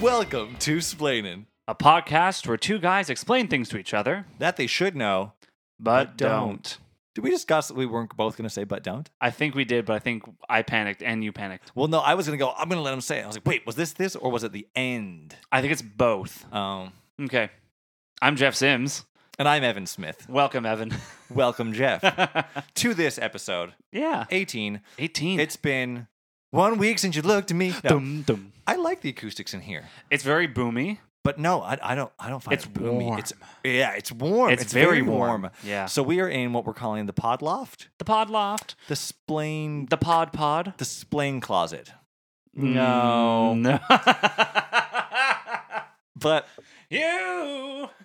Welcome to Splainin', a podcast where two guys explain things to each other, that they should know. But but, don't. don't. Did we discuss that we weren't both going to say but don't? I think we did, but I think I panicked and you panicked. Well, no, I was going to go, I'm going to let him say it. I was like, wait, was this this or was it the end? I think it's both. Um, Okay. I'm Jeff Sims. and I'm Evan Smith. Welcome, Evan. Welcome, Jeff, to this episode yeah. 18. 18. It's been one week since you looked at me. No, Dum, dum. I like the acoustics in here, It's very boomy. but no, I, I don't. I don't find It's it boomy. warm. It's yeah, it's warm. It's very warm. Yeah. So we are in what we're calling the pod loft, The pod loft. the splain, The pod pod. the splain closet. Mm, no. But You,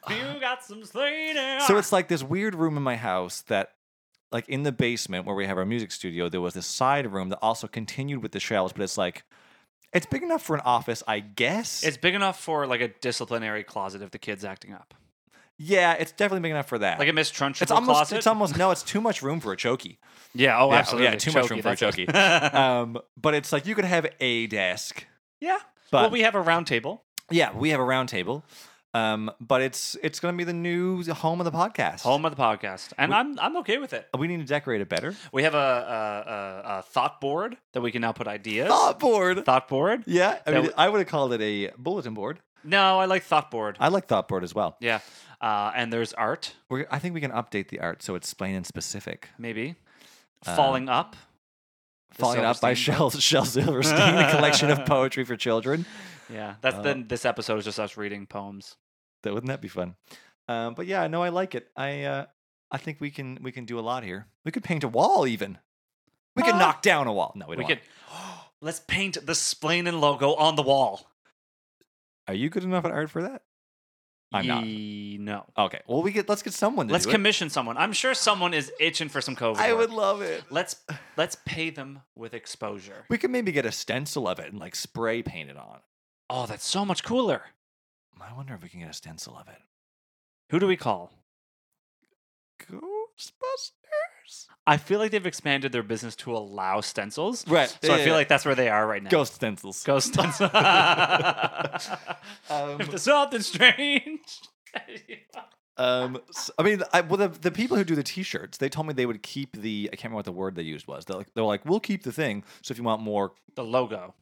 you got some slater. so it's like this weird room in my house that, like in the basement where we have our music studio, there was this side room that also continued with the shelves, but it's like, it's big enough for an office, I guess. it's big enough for like a disciplinary closet if the kid's acting up, yeah, it's definitely big enough for that. like a Miss Trunchbull it's almost, closet. it's almost no, it's too much room for a chokey. yeah, oh, yeah, oh, absolutely. yeah, too much room for a that's it. Um, but it's like you could have a desk. yeah, But well, we have a round table. yeah, we have a round table. Um, but it's it's gonna be the new home of the podcast. Home of the podcast, and I'm I'm okay with it. We need to decorate it better. We have a, a, a, a thought board that we can now put ideas. Thought board. Thought board? Yeah, I That mean, w- I would have called it a bulletin board. No, I like thought board. I like thought board as well. yeah, uh, and there's art, We're, I think we can update the art so it's plain and specific. maybe Uh, falling up. The Following up by Silverstein Shel, Shel Silverstein, a collection of poetry for children. book. Yeah, that's Uh, then. This episode is just us reading poems. That wouldn't that be fun? Um, but yeah, no, I like it. I uh, I think we can we can do a lot here. We could paint a wall even. We could Uh, knock down a wall. No, we We don't. could. Let's paint the Splainin logo on the wall. Are you good enough at art for that? I'm not. Ye- No. Okay. Well, we get. Let's get someone to Let's do it. commission someone. I'm sure someone is itching for some COVID. I work. would love it. Let's let's pay them with exposure. We could maybe get a stencil of it and like spray paint it on. Oh, that's so much cooler. I wonder if we can get a stencil of it. Who do we call? Ghostbusters. I feel like they've expanded their business to allow stencils. Right. So I feel like that's where they are right now. ghost stencils. Ghost stencils. Um, if there's something strange. Um, s- I mean, I, well, the, the people who do the T-shirts, they told me they would keep the. I can't remember what the word they used was. They're like, they're like, we'll keep the thing. So if you want more, the logo.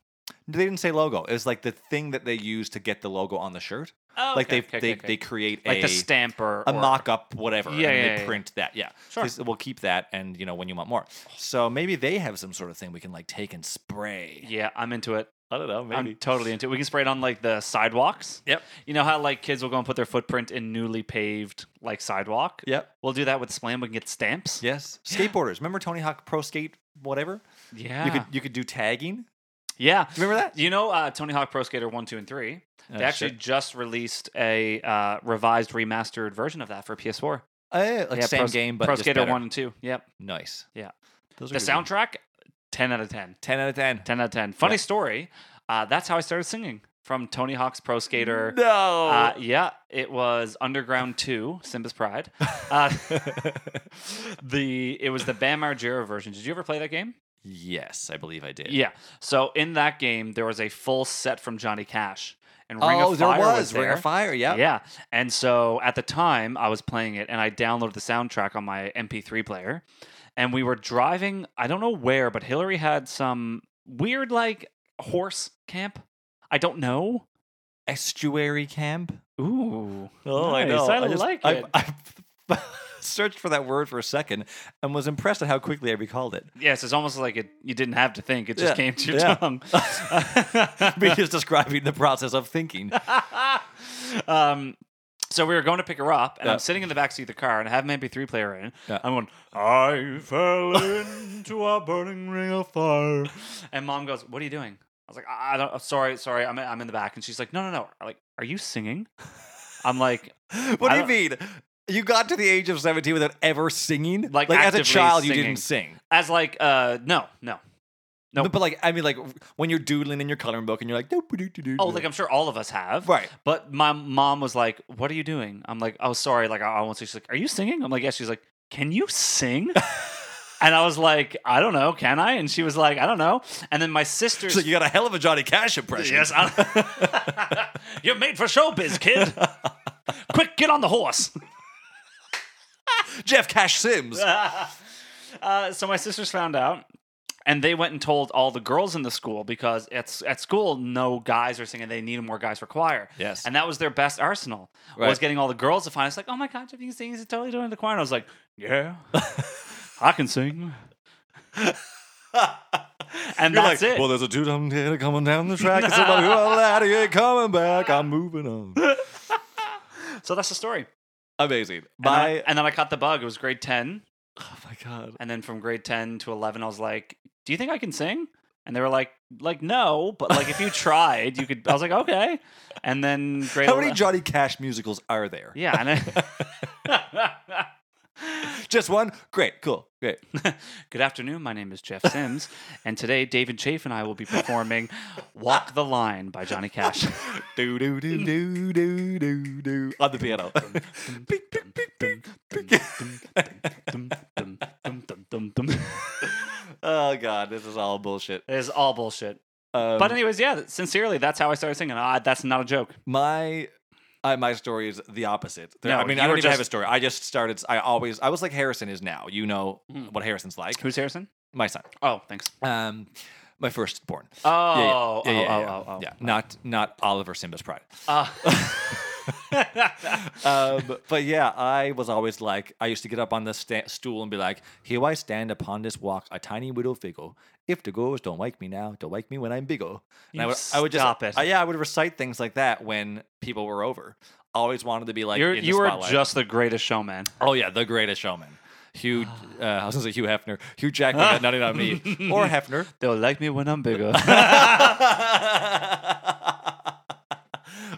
they didn't say logo. It was like the thing that they use to get the logo on the shirt. Oh, like okay, they okay, they okay, they okay. create like a the stamp or, a or- mock-up, whatever. Yeah, and yeah, they yeah, print that. Yeah, Sure. They s- we'll keep that, and you know, when you want more, so maybe they have some sort of thing we can like take and spray. Yeah, I'm into it. I don't know. Maybe. I'm totally into it. We can spray it on like the sidewalks. Yep. You know how like kids will go and put their footprint in newly paved like sidewalk? Yep. We'll do that with Slam. We can get stamps. Yes. Skateboarders. Remember Tony Hawk Pro Skate whatever? Yeah. You could you could do tagging. yeah. Do you remember that? You know, uh, Tony Hawk Pro Skater 1, 2, and 3, Oh, they actually shit. just released a uh, revised, remastered version of that for PS4. Eh, like yeah, same Pro- game but Pro just Skater better. 1 and 2. Yep. Nice. Yeah. Those The good games. soundtrack, 10 out of 10. 10 out of 10. 10 out of 10. Funny story. Uh, that's how I started singing from Tony Hawk's Pro Skater. No. Uh, yeah, it was Underground 2, Simba's Pride. Uh, the it was the Bam Margera version. Did you ever play that game? yes, I believe I did. Yeah. So in that game, there was a full set from Johnny Cash, and Ring Oh, of there Fire was, there. Ring of Fire. Yeah. Yeah. And so at the time, I was playing it, and I downloaded the soundtrack on my MP3 player, and we were driving. I don't know where, but Hillary had some weird like horse camp. I don't know. Estuary Camp. Ooh. Oh, I nice. know. I, just- like it. I, I searched for that word for a second and was impressed at how quickly I recalled it. Yes, it's almost like it. You didn't have to think; it just Yeah, came to your yeah. tongue. Me just describing the process of thinking. um, so we were going to pick her up, and Yeah. I'm sitting in the backseat of the car, and I have my MP3 player in. Yeah. I'm going, I fell into a burning ring of fire, and mom goes, "What are you doing?" I was like, "I I don't. Sorry, sorry. I'm I'm in the back," and she's like, "No, no, no. Like, are you singing?" I'm like, What I do you mean? You got to the age of 17 without ever singing? Like, as a actively child, you singing. didn't sing. as like, uh, no, no. Nope. But, like, I mean, like, when you're doodling in your coloring book and you're like, "Doo-ba-doo-doo-doo-doo." Oh, like I'm sure all of us have. right. But my mom was like, "What are you doing?" I'm like, "Oh, sorry. Like, I, I won't." She's like, "Are you singing?" I'm like, "Yes." She's like, "Can you sing?" And I was like, I don't know, can I? And she was like, I don't know. And then my sister's. So you got a hell of a Johnny Cash impression. yes, I- you're made for showbiz, kid. Quick, get on the horse. Jeff Cash Sims. Uh, so my sisters found out, and they went and told all the girls in the school because at at school no guys are singing. They needed more guys for choir. Yes. and that was their best arsenal was Right. getting all the girls to find. It's like, oh my god, Japanese singing is totally doing the choir. And I was like, yeah, I can sing. and You're that's like, it. Well, there's a dude I'm here coming down the track. It's about who I'm out of here coming back. I'm moving on. so that's the story. Amazing. And, My I- and then I caught the bug. It was grade ten, oh my god. and then from grade ten to eleven, I was like, do you think I can sing? And they were like, like no, but like if you tried, you could. I was like, okay. And then grade How many 11 Johnny Cash musicals are there? Yeah, and I- Just one. Great. Cool. Great. Good afternoon. My name is Jeff Sims, and today David Chafe and I will be performing "Walk the Line" by Johnny Cash. do do do do do do do on the piano. Beep, beep, beep, beep, beep. oh god, this is all bullshit. It's all bullshit. Um, But anyways, yeah. Sincerely, that's how I started singing. Ah, that's not a joke. my I, my story is the opposite. There- No, I mean, you I were don't even have a just- story. I just started. I always I was like Harrison is now. You know Mm. what Harrison's like. Who's Harrison? My son. Oh, thanks. Um, my firstborn. Oh, yeah, yeah, yeah, oh, yeah. oh, oh, oh. yeah. Not not Oliver Simba's pride. Uh, Ah. um, but yeah, I was always like, I used to get up on the sta- stool and be like, "Here I stand upon this walk, a tiny widow figure. If the girls don't like me now, they'll like me when I'm bigger." And I You would, I would just, stop it. I- yeah, I would recite things like that when people were over. Always wanted to be like, You're, in the you were spotlight. just the greatest showman. oh yeah, the greatest showman. Hugh, uh, I was gonna say Hugh Hefner, Hugh Jackman got nothing on me, or Hefner. They'll like me when I'm bigger.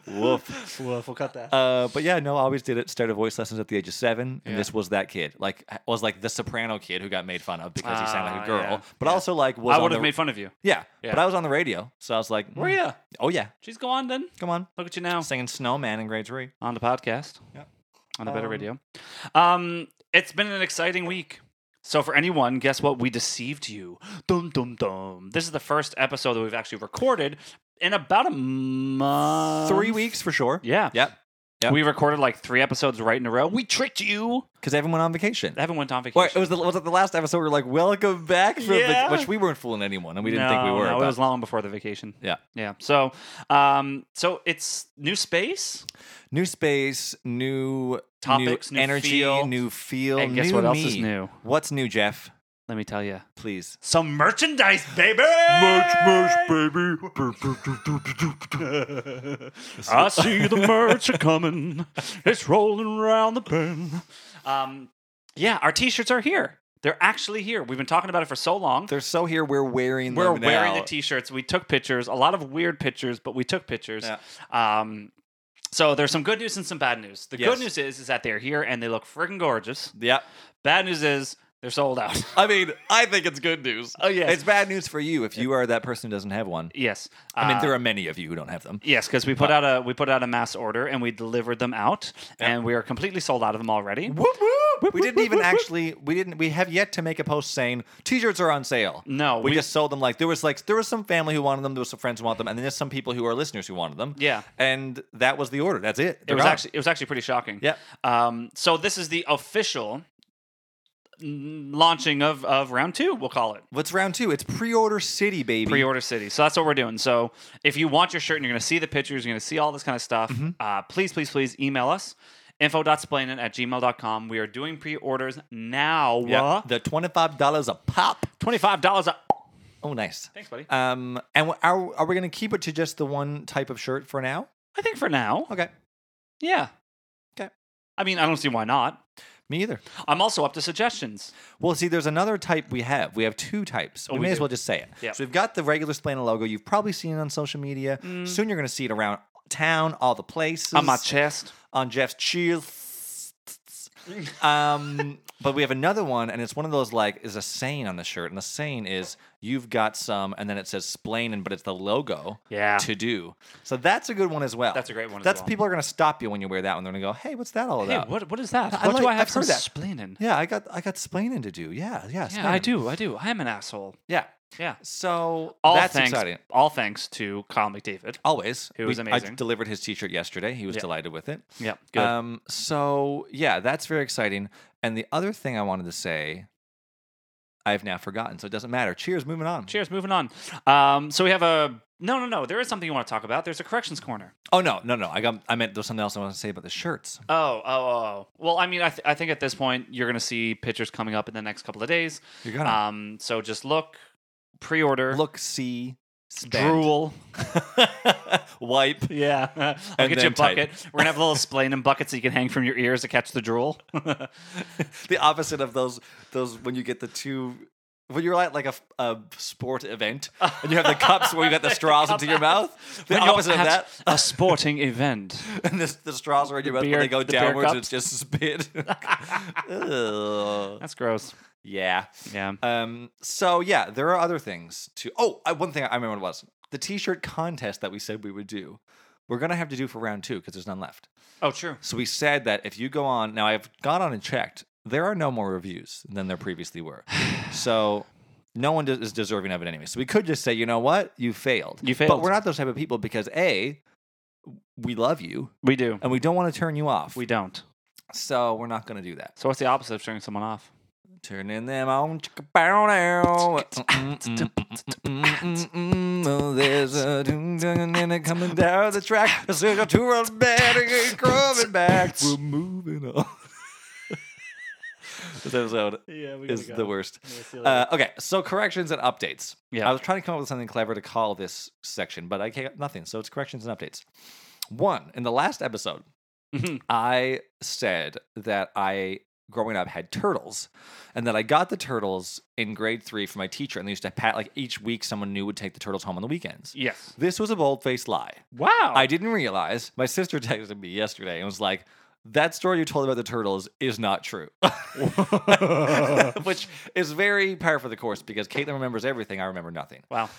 Woof. well, we'll cut that. Uh, but yeah, no, I always did it. Started voice lessons at the age of seven, and Yeah. this was that kid. Like, was like the soprano kid who got made fun of because he sounded like Ah, a girl, yeah. but also like was I on would the- have made fun of you. yeah, Yeah. But I was on the radio, so I was like, Were mm, you? Oh. Oh yeah, She's gone then. come on, Look at you now singing Snowman in grade three. on the podcast. Yeah. On a better Um, radio. Um, it's been an exciting week. So for anyone, guess what? We deceived you. Dum dum dum. This is the first episode that we've actually recorded in about a month. three weeks for sure. Um, Yeah. Yep, yep. We recorded like three episodes right in a row. We tricked you. because everyone on vacation. I haven't went on vacation. Wait, it was the, was it the last episode? We were like, "Welcome back," from Yeah. vac-" which we weren't fooling anyone, and we didn't think we No, were. No, but- it was long before the vacation. Yeah. Yeah. So, um, so it's new space. new space, new Topics, new energy, feel. new feel. And guess new what else is me. new? What's new, Jeff? Let me tell you. Please. Some merchandise, baby. baby. I see the merch a coming. It's rolling around the bend. Um, yeah, our t-shirts are here. They're actually here. We've been talking about it for so long. They're so here. We're wearing. We're them wearing now. the t-shirts. We took pictures. A lot of weird pictures, but we took pictures. Yeah. Um, so there's some good news and some bad news. The Yes. good news is is that they're here and they look freaking gorgeous. Yeah. Bad news is they're sold out. I mean, I think it's good news. Oh yes, It's bad news for you if you are that person who doesn't have one. yes. I mean, Uh, there are many of you who don't have them. Yes, because we put out a we put out a mass order and we delivered them out, and we are completely sold out of them already. We didn't even actually. We didn't. We have yet to make a post saying t-shirts are on sale. No, we, we- just sold them. Like there was like there was some family who wanted them. There was some friends who want them, and then there's some people who are listeners who wanted them. Yeah. And that was the order. That's it. It They're was gone. actually it was actually pretty shocking. Yep. Um. So this is the official mm, launching of of round two. We'll call it What's round two? It's pre-order city, baby. pre-order city. So that's what we're doing. So if you want your shirt and you're going to see the pictures, you're going to see all this kind of stuff. Uh, please, please, please email us info.splainin at gmail.com. We are doing pre-orders now. Yeah. The twenty-five dollars a pop. Twenty-five dollars. A- Oh, nice. Thanks, buddy. Um, and wh- are are we going to keep it to just the one type of shirt for now? I think for now. Okay, Yeah. Okay. I mean, I don't see why not. me either. I'm also up to suggestions. Well, see, there's another type we have. We have two types. we Oh, we may as do. well just say it. Yeah. So we've got the regular Splana logo. You've probably seen it on social media. Mm. Soon you're going to see it around town, all the places. On my chest. on Jeff's cheers. um, but we have another one, and it's one of those like is a saying on the shirt, and the saying is You've got some, and then it says splainin, but it's the logo Yeah. to do. So that's a good one as well. That's a great one as That's well. people are gonna stop you when you wear that one. They're gonna go, hey, what's that all Hey, about? what, what is that? I What do like- I have I've some heard that. splaining? yeah, I got I got splainin to do. Yeah, yeah, Yeah, I splainin." do. I do. I am an asshole. Yeah. Yeah. So All that's thanks. exciting. All thanks to Kyle McDavid. Always. It was I amazing. delivered his t-shirt yesterday. He was Yeah. delighted with it. Yeah. Good. Um, so yeah, that's very exciting. And the other thing I wanted to say, I've now forgotten, so it doesn't matter. Cheers, moving on. Cheers. Moving on. Um, so we have a no, no, no. There is something you want to talk about. There's a corrections corner. Oh no, no, no. I got I meant there was something else I want to say about the shirts. Oh, oh, oh. oh. Well, I mean, I, th- I think at this point you're going to see pictures coming up in the next couple of days. You're gonna Um, so just look, pre-order, look, see, spend. Uh, drool. wipe. Yeah, I'll And get you a then type. bucket. We're gonna have a little splain and buckets that you can hang from your ears to catch the drool. The opposite of those those when you get the two when you're at like a, a sport event and you have the cups where you got the straws into your mouth. The When you're opposite of that. at a sporting event. and this, the straws are in your mouth when beer- they go the beer downwards. cups? It's just spit. Ugh. That's gross. yeah. Yeah. Um. So yeah, there are other things to. Oh, I, one thing I remember was the T-shirt contest that we said we would do. We're gonna have to do for round two because there's none left. Oh, true. So we said that if you go on now, I've gone on and checked. There are no more reviews than there previously were. So. No one is deserving of it anyway. So we could just say, you know what, you failed. You But failed. we're not those type of people because a, we love you We do. and we don't want to turn you off. We don't. So we're not going to do that. So what's the opposite of turning someone off? Turning them on. chicka-bow-dow. Mm-mm-mm-mm-mm-mm-mm. There's a ding-dong coming down the track. There's a tour of bad and coming back. We're moving on. this episode Yeah, we is the worst. Uh, okay, so corrections and updates. Yeah. I was trying to come up with something clever to call this section, but I came up with nothing. So it's corrections and updates. One, in the last episode, Mhm. I said that I, growing up, had turtles and that I got the turtles in grade three from my teacher. And they used to pat, like each week, someone new would take the turtles home on the weekends. yes. This was a bold faced lie. Wow. I didn't realize. My sister texted me yesterday and was like, that story you told about the turtles is not true. Which is very par for the course because Caitlin remembers everything. I remember nothing. wow.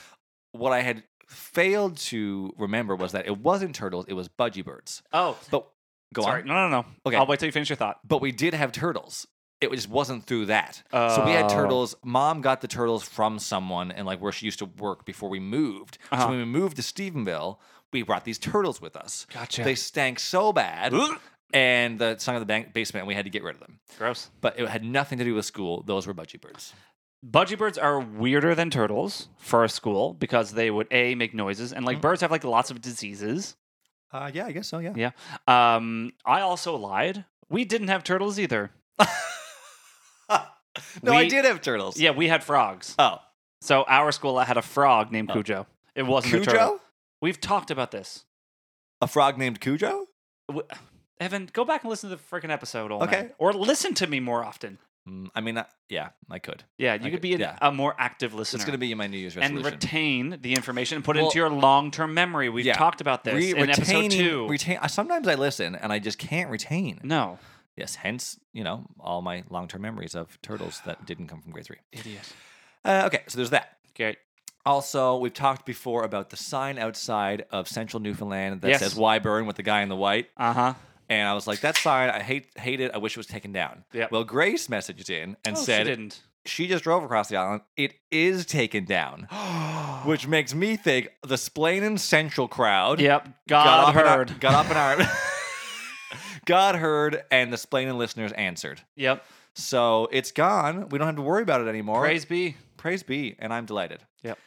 What I had failed to remember was that it wasn't turtles, it was budgie birds. Oh, But go sorry. on. No, no, no. Okay. I'll wait till you finish your thought. But we did have turtles. It just wasn't through that. so we had Oh. turtles. Mom got the turtles from someone and like where she used to work before we moved. Uh-huh. So when we moved to Stephenville, we brought these turtles with us. Gotcha. They stank so bad, Ugh. and the sunk of the bank basement. and We had to get rid of them, Gross. but it had nothing to do with school. Those were budgie birds. Budgie birds are weirder than turtles for a school because they would a make noises and like birds have like lots of diseases. Uh, yeah, I guess so. Yeah. Yeah. Um, I also lied. We didn't have turtles either. no, I We- did have turtles. Yeah, we had frogs. Oh, So our school had a frog named Cujo. It wasn't a turtle. Cujo, We've talked about this. a frog named Cujo. W- Evan, go back and listen to the freaking episode, old Okay. man. Or listen to me more often. Mm, I mean, I, yeah, I could. Yeah, you could could- be an- yeah. a more active listener. It's gonna be my New Year's and resolution. retain the information and put it Well- into your long-term memory. We've Yeah. talked about this Re- in episode retaining- two. Mm. Retain. I- Sometimes I listen and I just can't retain. no, Yes, hence you know all my long-term memories of turtles that didn't come from grade three. idiot. Uh, okay, so there's that. Okay. Also, we've talked before about the sign outside of Central Newfoundland that Yes. says "Wyburn" with the guy in the white, Uh huh. and I was like, "That sign, I hate, hate it. I wish it was taken down." Yep. Well, Grace messaged in and oh, said she didn't. she just drove across the island. It is taken down, which makes me think the Splain and Central crowd Yep. got God up in ar- heard. got up in arms. God heard, and the Splain and listeners answered. Yep. So it's gone. We don't have to worry about it anymore. Praise be. Praise be, and I'm delighted. Yep.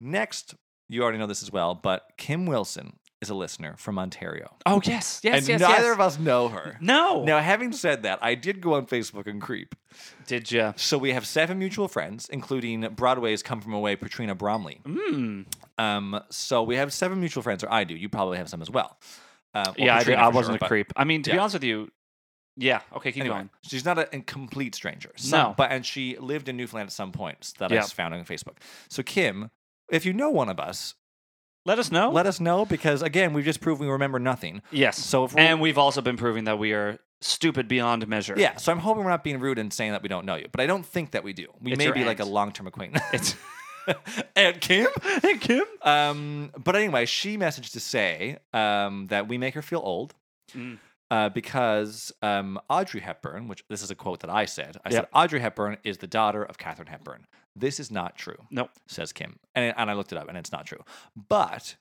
Next, you already know this as well, but Kim Wilson is a listener from Ontario. Oh yes, yes, and yes. neither yes. of us know her. No. Now, having said that, I did go on Facebook and creep. Did you? So we have seven mutual friends, including Broadway's Come From Away, Patrina Bromley. Mm. Um, so we have seven mutual friends, or I do. You probably have some as well. Uh, well, yeah, I, did. Patrina I for sure, wasn't but- a creep. I mean, to be yeah. honest with you, yeah. Okay, keep Anyway, going. she's not a, a complete stranger. No. no, but and she lived in Newfoundland at some point that Yeah. I found on Facebook. So Kim, if you know one of us, Let us know. let us know because again, we've just proved we remember nothing. yes. So if we're, and we've also been proving that we are stupid beyond measure. yeah, so I'm hoping we're not being rude and saying that we don't know you, but I don't think that we do. We It's may your be like a aunt. long term acquaintance. It's Aunt Kim? Hey, Kim. Um, but anyway, she messaged to say um, that we make her feel old Mm. uh, because um, Audrey Hepburn, which this is a quote that I said, I said Yep. Audrey Hepburn is the daughter of Katherine Hepburn. This is not true. Nope. says Kim, and and I looked it up, and it's not true. But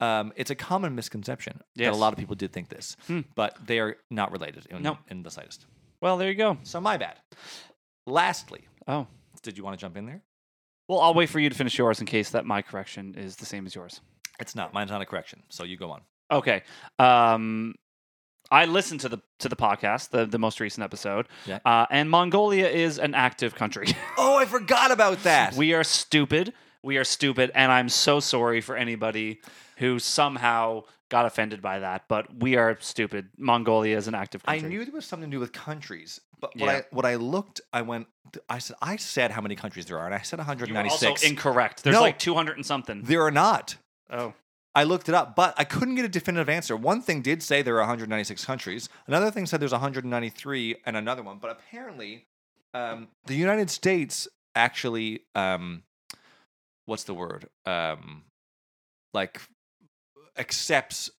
um, it's a common misconception that Yes. a lot of people did think this, Hmm. but they are not related in, Nope. in the slightest. Well, there you go. So my bad. Lastly, Oh. did you want to jump in there? Well, I'll wait for you to finish yours in case that my correction is the same as yours. It's not. Mine's not a correction. So you go on. Okay. Um, I listened to the to the podcast, the the most recent episode. Yeah. Uh, and Mongolia is an active country. Oh, I forgot about that. we are stupid. We are stupid, and I'm so sorry for anybody who somehow got offended by that. But we are stupid. Mongolia is an active I country. knew there was something to do with countries, but what Yeah. I what I looked, I went. I said I said how many countries there are, and I said you were 196. also incorrect. There's No. like 200 and something. there are not. Oh, I looked it up, but I couldn't get a definitive answer. One thing did say there are 196 countries. Another thing said there's 193, and another one. But apparently, um, the United States actually, um, what's the word? Um, like accepts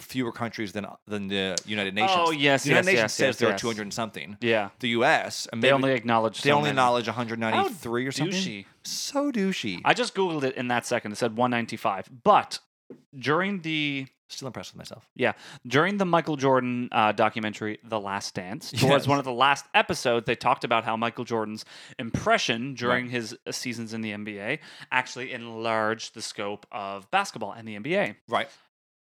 fewer countries than than the United Nations. oh yes, the United yes, Nations yes, says yes, there are yes. 200 and something. Yeah, The U.S. and they maybe- only acknowledge. they so only many. acknowledge 193 or something. Douchey. So douchey. I just googled it in that second. It said 195. But during the Still impressed with myself. during the Michael Jordan uh, documentary, The Last Dance, towards Yes. one of the last episodes, they talked about how Michael Jordan's impression during his uh, seasons in the NBA actually enlarged the scope of basketball and the NBA. Right.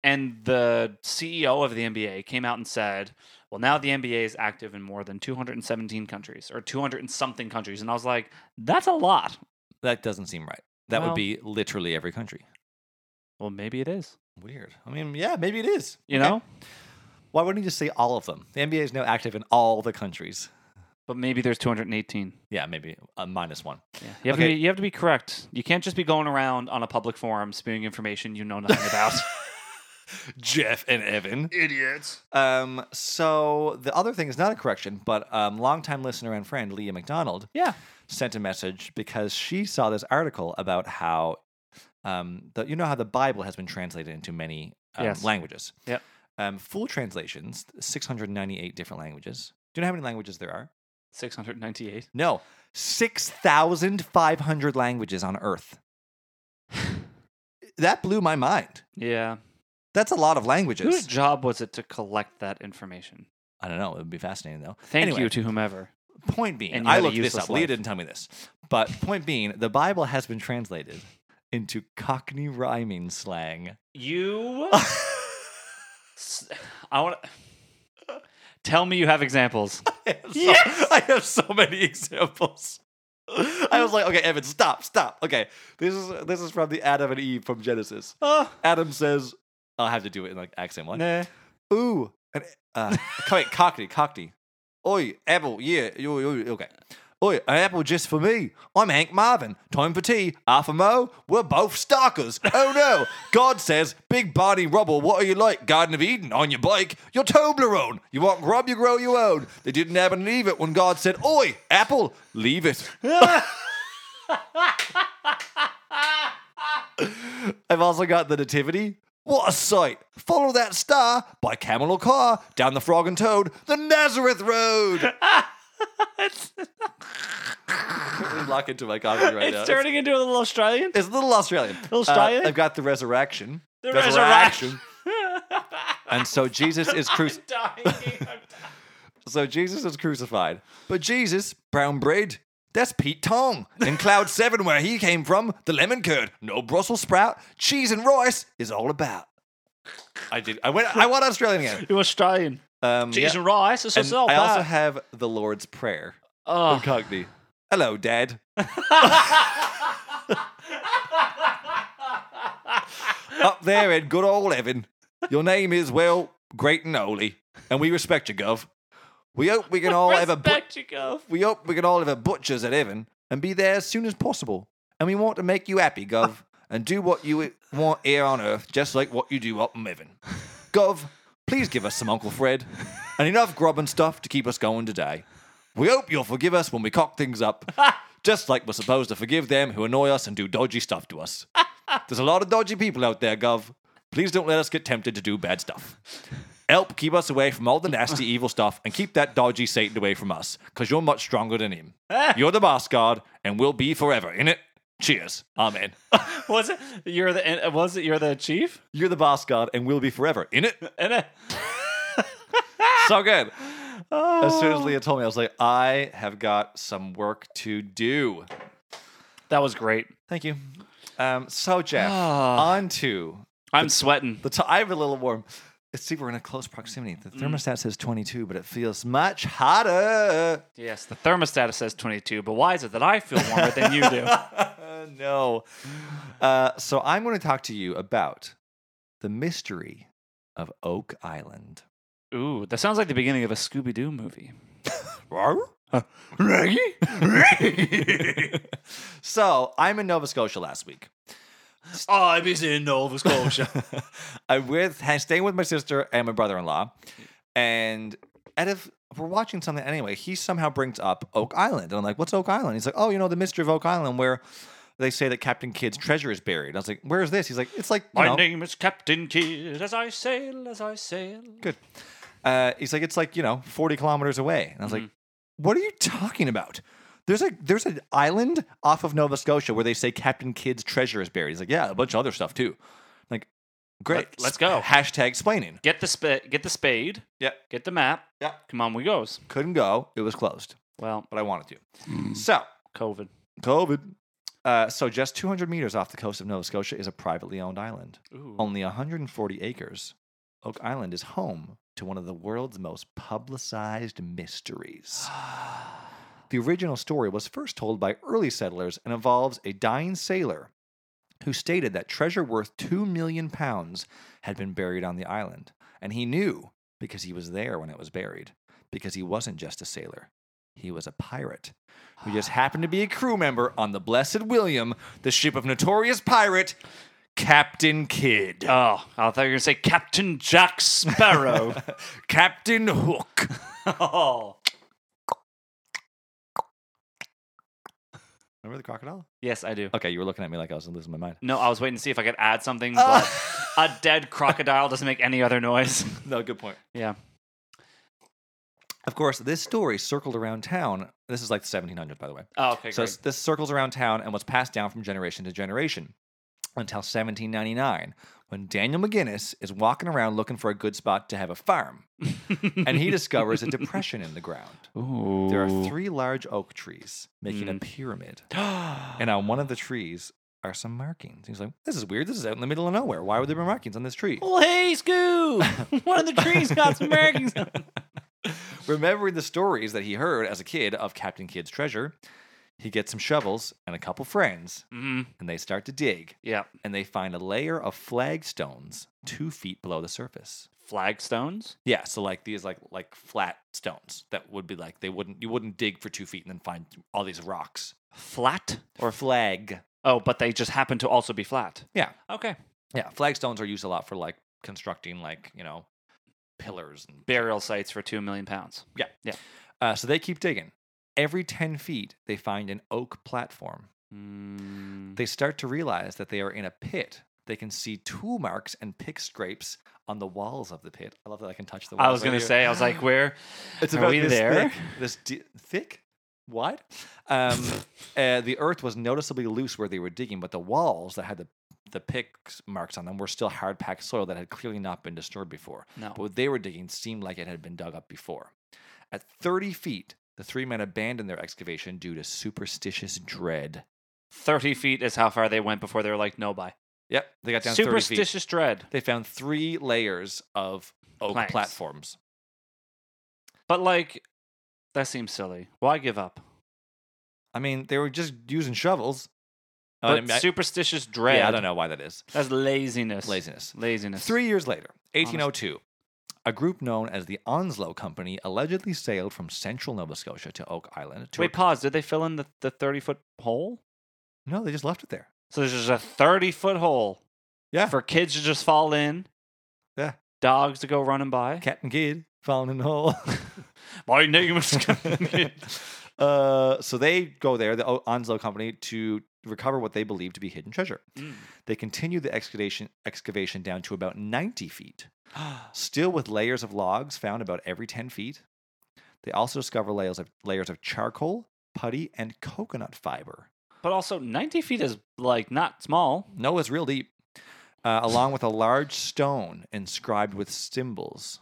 And the CEO of the NBA came out and said, "Well, now the NBA is active in more than 217 countries or 200 and something countries." And I was like, "That's a lot." That doesn't seem right. That Well- would be literally every country. Well, maybe it is. Weird. I mean, yeah, maybe it is. You Okay. know, Why wouldn't you just say all of them? The NBA is now active in all the countries. but maybe there's 218. Yeah, maybe uh, minus one. Yeah. You have, to Okay. be, you have to be correct. You can't just be going around on a public forum spewing information you know nothing about. Jeff and Evan. Idiots. Um, so the other thing is not a correction, but um, longtime listener and friend Leah McDonald Yeah. sent a message because she saw this article about how um, the, you know how the Bible has been translated into many um, Yes. languages. Yep. Um, full translations, 698 different languages. Do you know how many languages there are? 698. No, 6,500 languages on Earth. that blew my mind. Yeah. That's a lot of Whose languages. job was it to collect that information? I don't know. It would be fascinating, though. Thank Anyway. you to whomever. Point being, And you I had a looked this useless up. Leah life. didn't tell me this. But point being, the Bible has been translated into Cockney rhyming slang. You. S- I want to. Tell me you have examples. I have so- Yes! I have so many examples. I was like, okay, Evan, stop, stop. Okay, this is this is from the Adam and Eve from Genesis. Oh, Adam says, "I'll have to do it in like accent one." nah. Ooh, and, uh, co- wait, cockney, cockney. Oi, apple, yeah, oi, oi, okay. Oi, an apple just for me. I'm Hank Marvin. Time for tea. Half a mo. We're both stalkers. Oh no. God says, big body rubble, what are you like? Garden of Eden, on your bike. You're Toblerone. You want grub, you grow your own. They didn't have and leave it when God said, Oi, apple, leave it. I've also got the Nativity. What a sight! Follow that star by camel or car down the Frog and Toad, the Nazareth Road. I'm lock into my copy right now. it's turning into a little Australian. uh, It's a little Australian. Little Australian? Uh, I've got the resurrection. The resurrection. and so Jesus is crucified. Dying. I'm So Jesus is crucified. But Jesus, brown bread, that's Pete Tong. In Cloud 7, where he came from, the lemon curd, no Brussels sprout, cheese and rice is all about. I did. I went. I went Australian again. You're Australian. Um, Cheese yeah. and rice. It's And all I also bad. have the Lord's Prayer. Oh. in Cockney. Hello, Dad. Oh. Up there in good old heaven, your name is well, great and holy, and we respect you, Gov. We hope we can all Oh, have a bu- Respect you, Gov. we hope we can all have a butchers at heaven and be there as soon as possible. And we want to make you happy, Gov, and do what you want here on earth, just like what you do up in heaven. Gov, please give us some Uncle Fred and enough grub and stuff to keep us going today. We hope you'll forgive us when we cock things up. just like we're supposed to forgive them who annoy us and do dodgy stuff to us. There's a lot of dodgy people out there, Gov. Please don't let us get tempted to do bad stuff. Help keep us away from all the nasty, evil stuff and keep that dodgy Satan away from us, because you're much stronger than him. You're the boss god, and will be forever, innit? Cheers. Amen. was it you're the uh, was it you're the chief? you're the boss god, and will be forever, innit? And uh, So good. oh. As soon as Leah told me, I was like, I have got some work to do. that was great. Thank you. Um, so, Jeff, Ah. on to I'm sweating. the t- I have a little warm. Let's see, we're in a close proximity. The thermostat says 22, but it feels much hotter. Yes, the thermostat says 22, but why is it that I feel warmer than you do? no. Uh, so, I'm going to talk to you about the mystery of Oak Island. Ooh, that sounds like the beginning of a Scooby Doo movie. so, I'm in Nova Scotia last week. I was Ah, in Nova Scotia. I'm with I'm staying with my sister and my brother-in-law, and out of we're watching something anyway. He somehow brings up Oak Island, and I'm like, "What's Oak Island?" He's like, "Oh, you know, the mystery of Oak Island, where they say that Captain Kidd's treasure is buried." I was like, "Where is this?" He's like, "It's like you My know, name is Captain Kidd. As I sail, as I sail. good." Uh, he's like, "It's like you know, 40 kilometers away," and I was like, Mm-hmm. "What are you talking about?" There's a there's an island off of Nova Scotia where they say Captain Kidd's treasure is buried. He's like, "Yeah, a bunch of other stuff too." I'm like, great. Let- let's go. Hashtag explaining. Get the sp- get the spade. Yeah. Get the map. Yeah. Come on, we goes. Couldn't go. It was closed, Well, but I wanted to. so, COVID. COVID. Uh, so, just 200 meters off the coast of Nova Scotia is a privately owned island. Ooh. Only 140 acres, Oak Island is home to one of the world's most publicized mysteries. the original story was first told by early settlers and involves a dying sailor who stated that treasure worth 2 million pounds had been buried on the island. And he knew because he was there when it was buried, because he wasn't just a sailor. He was a pirate who just happened to be a crew member on the Blessed William, the ship of notorious pirate Captain Kidd. Oh, I thought you were gonna say Captain Jack Sparrow. Captain Hook. oh. Remember the crocodile? Yes, I do. Okay, you were looking at me like I was losing my mind. No, I was waiting to see if I could add something, but Ah. a dead crocodile doesn't make any other noise. no, good point. yeah. Of course, this story circled around town. This is like the 1700s, by the way. Oh, okay. so great. this circles around town and was passed down from generation to generation until 1799 when Daniel McGinnis is walking around looking for a good spot to have a farm. and he discovers a depression in the ground. Ooh. There are three large oak trees making a pyramid. And on one of the trees are some markings. He's like, this is weird. This is out in the middle of nowhere. Why would there be markings on this tree? well, hey, Scoob! One of the trees got some markings. on it. Remembering the stories that he heard as a kid of Captain Kidd's treasure, he gets some shovels and a couple friends, Mhm. and they start to dig, Yeah. and they find a layer of flagstones two feet below the surface. Flagstones. Yeah, so like these like like flat stones that would be like they wouldn't you wouldn't dig for two feet and then find all these rocks Flat. or flag. Oh, but they just happen to also be flat. Yeah, Okay. yeah, flagstones are used a lot for like constructing like you know pillars and Burial sites for two million pounds. uh, so they keep digging. Every ten feet, they find an oak platform. Mm. they start to realize that they are in a pit. They can see tool marks and pick scrapes on the walls of the pit. I love that I can touch the walls. I was right gonna here. say, I was like, where? it's are about we this there? Thick, this di- thick, wide. Um, uh, the earth was noticeably loose where they were digging, but the walls that had the the pick marks on them were still hard packed soil that had clearly not been disturbed before. No. But what they were digging seemed like it had been dug up before. At 30 feet, the three men abandoned their excavation due to superstitious dread. Thirty feet is how far they went before they were like, no, bye. Yep, they got down 30 feet. Superstitious dread. they found three layers of oak Planks. platforms. But like, that seems silly. Why give up? I mean, they were just using shovels. I But didn't- I- superstitious dread. Yeah, I don't know why that is. That's laziness. Laziness. Laziness. Three years later, 1802, a group known as the Onslow Company allegedly sailed from central Nova Scotia to Oak Island. To Wait, pause. Did they fill in the, the 30 foot hole? no, they just left it there. So there's just a 30 foot hole. Yeah. For kids to just fall in. Yeah. Dogs to go running by. Captain Kidd falling in the hole. My name is. Uh, so they go there, the O- Onslow Company, to recover what they believe to be hidden treasure. Mm. They continue the excavation excavation down to about 90 feet, still with layers of logs found about every 10 feet. They also discover layers of layers of charcoal, putty, and coconut fiber. But also, 90 feet is like not small. No, it's real deep. Uh, along with a large stone inscribed with symbols.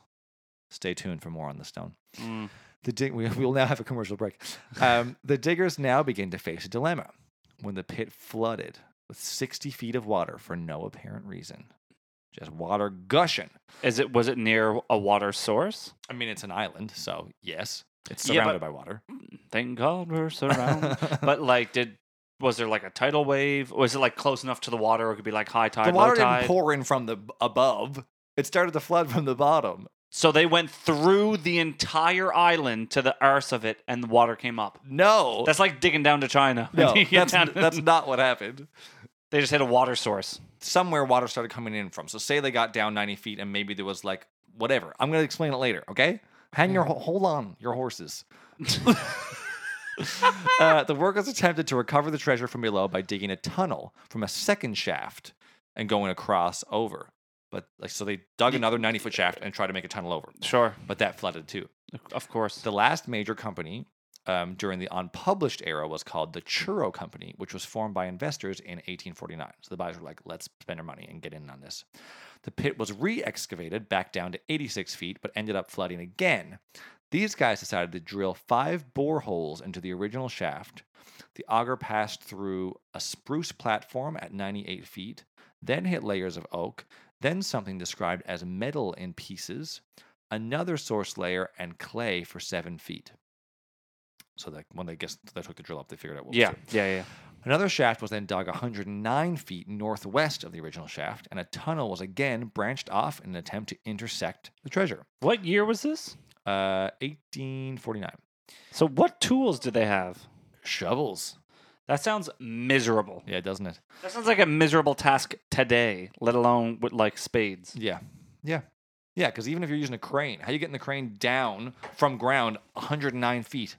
Stay tuned for more on the stone. Mm. The dig- we will now have a commercial break. Um, the diggers now begin to face a dilemma when the pit flooded with 60 feet of water for no apparent reason. Just water gushing. Is it was it near a water source? I mean, it's an island, so yes, it's Yeah, surrounded by water. Thank God we're surrounded. the but like, did was there like a tidal wave? Was it like close enough to the water? It could be like high tide, water low tide. didn't pour in from the b- above. It started to flood from the bottom. so they went through the entire island to the arse of it, and the water came up. No, That's like digging down to China. no, You get that's, down- that's not what happened. they just hit a water source. somewhere water started coming in from. So say they got down 90 feet and maybe there was like whatever. I'm gonna explain it later, okay? Hang Mm. your ho- hold on your horses. uh, the workers attempted to recover the treasure from below by digging a tunnel from a second shaft and going across over. But like so they dug another 90 uh, foot shaft and tried to make a tunnel over. Sure, But that flooded too. of course. The last major company um, during the unpublished era was called the Churro Company, which was formed by investors in 1849. So the buyers were like, let's spend our money and get in on this. The pit was re excavated back down to 86 feet, but ended up flooding again. These guys decided to drill five boreholes into the original shaft. The auger passed through a spruce platform at 98 feet, then hit layers of oak, then something described as metal in pieces, another source layer, and clay for seven feet. So that when they guess they took the drill up, they figured out what. was Yeah, it. yeah, yeah. Another shaft was then dug 109 feet northwest of the original shaft, and a tunnel was again branched off in an attempt to intersect the treasure. What year was this? Uh, 1849. So what tools did they have? Shovels. That sounds miserable. Yeah, doesn't it? That sounds like a miserable task today, let alone with like spades. Yeah. Yeah. Yeah, because even if you're using a crane, how you getting the crane down from ground 109 feet?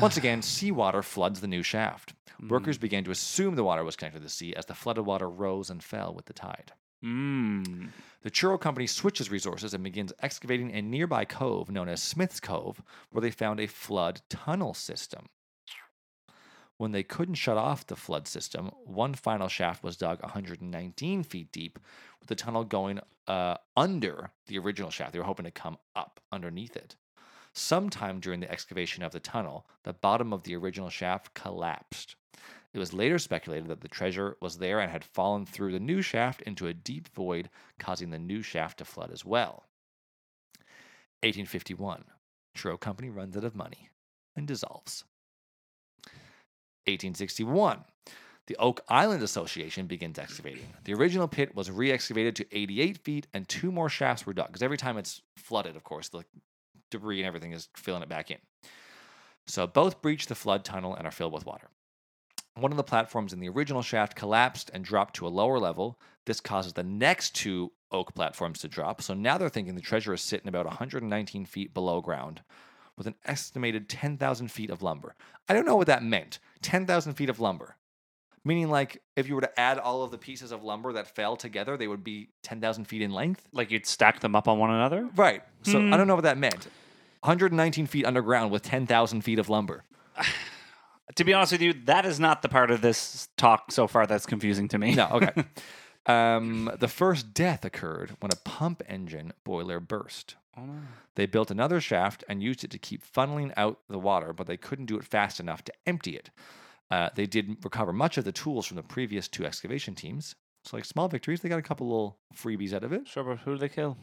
Once again, seawater floods the new shaft. Workers began to assume the water was connected to the sea as the flooded water rose and fell with the tide. Mm. The Churro Company switches resources and begins excavating a nearby cove known as Smith's Cove, where they found a flood tunnel system. When they couldn't shut off the flood system, one final shaft was dug 119 feet deep, with the tunnel going uh, under the original shaft. They were hoping to come up underneath it. Sometime during the excavation of the tunnel, the bottom of the original shaft collapsed. It was later speculated that the treasure was there and had fallen through the new shaft into a deep void, causing the new shaft to flood as well. 1851. Truro Company runs out of money and dissolves. 1861. The Oak Island Association begins excavating. The original pit was re excavated to 88 feet and two more shafts were dug. Because every time it's flooded, of course, the debris and everything is filling it back in. So both breach the flood tunnel and are filled with water. One of the platforms in the original shaft collapsed and dropped to a lower level. This causes the next two oak platforms to drop. So now they're thinking the treasure is sitting about 119 feet below ground with an estimated 10,000 feet of lumber. I don't know what that meant. 10,000 feet of lumber. Meaning, like, if you were to add all of the pieces of lumber that fell together, they would be 10,000 feet in length. Like you'd stack them up on one another? Right. So Hmm. I don't know what that meant. 119 feet underground with 10,000 feet of lumber. To be honest with you, that is not the part of this talk so far that's confusing to me. No, okay. um, the first death occurred when a pump engine boiler burst. They built another shaft and used it to keep funneling out the water, but they couldn't do it fast enough to empty it. Uh, they did recover much of the tools from the previous two excavation teams. So, like small victories, they got a couple little freebies out of it. Sure, but who did they kill?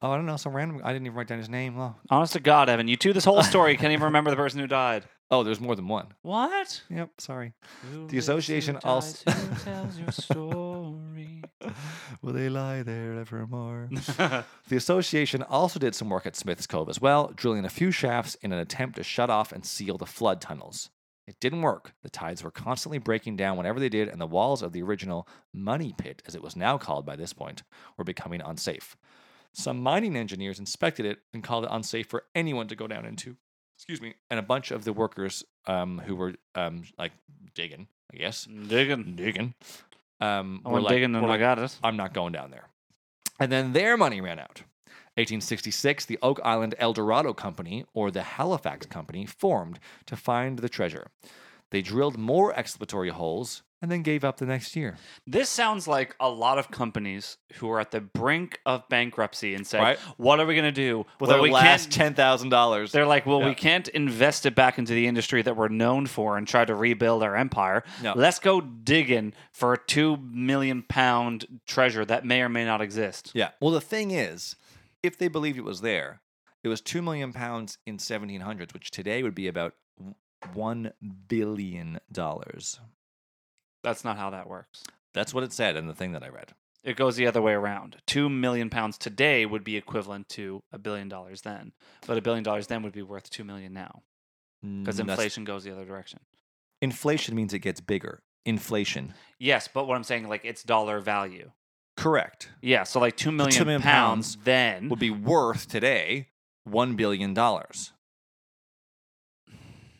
Oh, I don't know, some random. I didn't even write down his name. Oh, Honest to God, Evan, you two, this whole story can't even remember the person who died. oh there's more than one. What? Yep, sorry. Who The association lives, who als- dies, who tells your story? Will they lie there evermore? The association also did some work at Smith's Cove as well, drilling a few shafts in an attempt to shut off and seal the flood tunnels. It didn't work. The tides were constantly breaking down whenever they did, and the walls of the original money pit, as it was now called by this point, were becoming unsafe. Some mining engineers inspected it and called it unsafe for anyone to go down into. excuse me, and a bunch of the workers um, who were um, like digging, I guess, digging. digging. Um, I were went like, digging and were I like, got it. I'm not going down there. And then their money ran out. 1866, the Oak Island El Dorado Company, or the Halifax Company, formed to find the treasure. They drilled more exploratory holes and then gave up the next year. This sounds like a lot of companies who are at the brink of bankruptcy and say, Right. "What are we going to do?" we can't, ten thousand dollars. they're like, "Well, Yeah. we can't invest it back into the industry that we're known for and try to rebuild our empire. No. Let's go digging for a two million pound treasure that may or may not exist." Yeah. Well, the thing is, if they believed it was there, it was two million pounds in 1700s, which today would be about one billion dollars. That's not how that works. That's what it said in the thing that I read. It goes the other way around. Two million pounds today would be equivalent to a billion dollars then, but a billion dollars then would be worth two million now because Mm, that's- inflation goes the other direction. Inflation means it gets bigger. Inflation. Yes, but what I'm saying, like it's dollar value. Correct. Yeah, so like two million, million pounds, then. Would be worth today one billion dollars.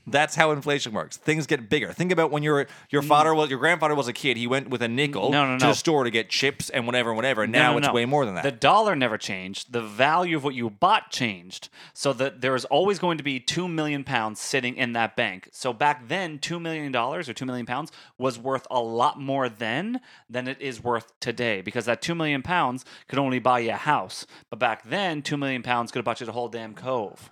That's how inflation works. Things get bigger. Think about when your your father was your grandfather was a kid. He went with a nickel Mm. No, no, to no. the store to get chips and whatever, and whatever. And No, now no, it's no. way more than that. the dollar never changed. The value of what you bought changed, so that there is always going to be two million pounds sitting in that bank. So back then, two million dollars or two million pounds was worth a lot more then than it is worth today, because that two million pounds could only buy you a house, but back then, two million pounds could have bought you the whole damn cove.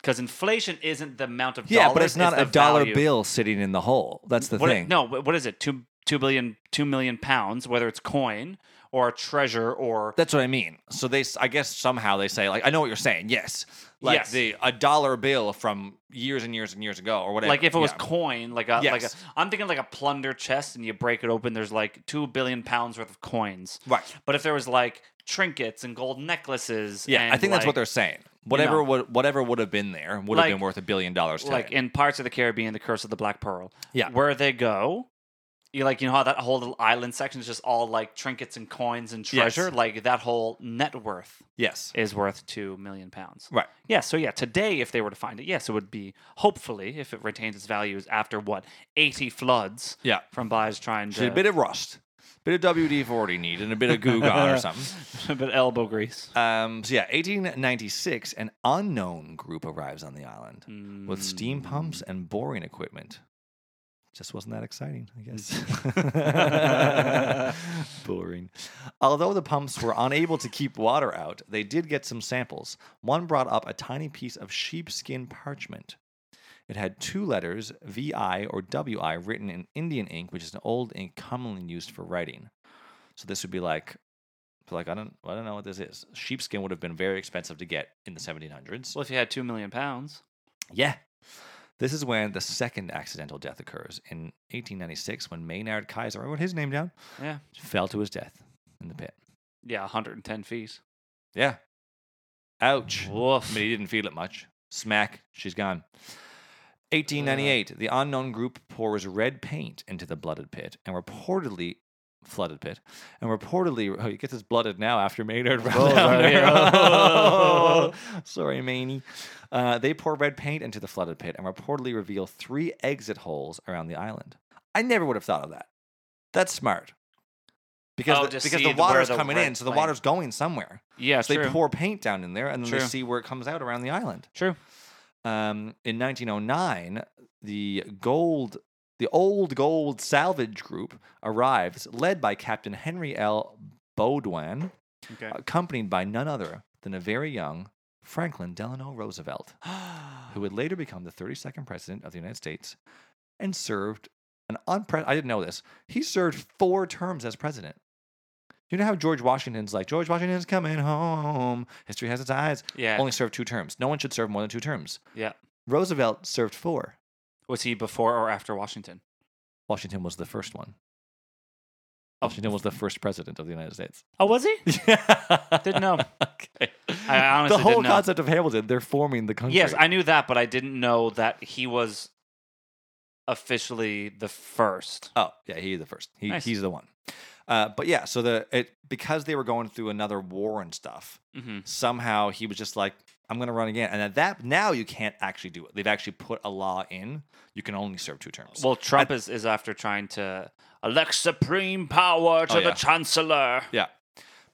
Because inflation isn't the amount of yeah, dollars, but it's not a the dollar value. bill sitting in the hole. That's the What- thing. No, what what is it? Two two billion, two million pounds, whether it's coin or treasure or That's what I mean. So they, s- I guess somehow they say like, I know what you're saying. Yes, like Yes. the a dollar bill from years and years and years ago or whatever. like if it was Yeah. coin, like a like a, Yes. I'm thinking like a plunder chest, and you break it open. There's like two billion pounds worth of coins. right. But if there was like trinkets and gold necklaces, Yeah, I and, think that's what like- they're saying. Whatever know. would whatever would have been there would have been Like- worth a billion dollars today. like in parts of the Caribbean, the Curse of the Black Pearl. Yeah. where they go. You like you know how that whole little island section is just all like trinkets and coins and Yes. treasure. Like that whole net worth yes. is worth two million pounds. Right. Yeah, so yeah, today if they were to find it, yes, it would be hopefully if it retains its values after what eighty floods Yeah. from buyers trying Just to a bit of rust, bit of WD forty need, and a bit of Goo Gone or something. a bit elbow grease. Um, so yeah, 1896, an unknown group arrives on the island with steam pumps Hmm. and boring equipment. Just wasn't that exciting, I guess. boring. Although the pumps were unable to keep water out, they did get some samples. One brought up a tiny piece of sheepskin parchment. It had two letters, VI or WI, written in Indian ink, which is an old ink commonly used for writing. So this would be like, so like I don't, I don't know what this is. Sheepskin would have been very expensive to get in the 1700s. Well, if you had two million pounds, Yeah. This is when the second accidental death occurs in 1896 when Maynard Kaiser, I wrote his name down, yeah, fell to his death in the pit. yeah, one hundred and ten feet. Yeah. Ouch. Woof. But he didn't feel it much. Smack, she's gone. 1898, the unknown group pours red paint into the blooded pit and reportedly flooded pit and reportedly oh you get this blooded now after Maynard ran Oh, down sorry. there. Oh. sorry Maney uh, they pour red paint into the flooded pit and reportedly reveal three exit holes around the island I never would have thought of that that's smart because Oh, the, to because see the the- where water's the coming in red so the flame- water's going somewhere Yeah, so true. they pour paint down in there, and then they True. see where it comes out around the island. true. Um, in 1909, the gold, the old gold salvage group arrives, led by Captain Henry L. Baudouin, Okay. accompanied by none other than a very young Franklin Delano Roosevelt, Uh, who would later become the 32nd president of the United States, and served an unpre. I didn't know this. He served four terms as president. You know how George Washington's like George Washington's coming home. History has its eyes yeah. only served two terms. No one should serve more than two terms. yeah. Roosevelt served four. Was he before or after Washington? Washington was the first one. Oh. Washington was the first president of the United States. Oh, was he? Didn't know. okay. I honestly the whole didn't know. concept of Hamilton, they're forming the country. Yes, I knew that, but I didn't know that he was officially the first. Oh, yeah, he's the first. He, Nice. He's the one. Uh, but yeah, so the it because they were going through another war and stuff, Mm-hmm. somehow he was just like, I'm gonna run again. And at that now you can't actually do it. They've actually put a law in. You can only serve two terms. Well, Trump is, is after trying to elect supreme power to Oh, the yeah. chancellor. yeah.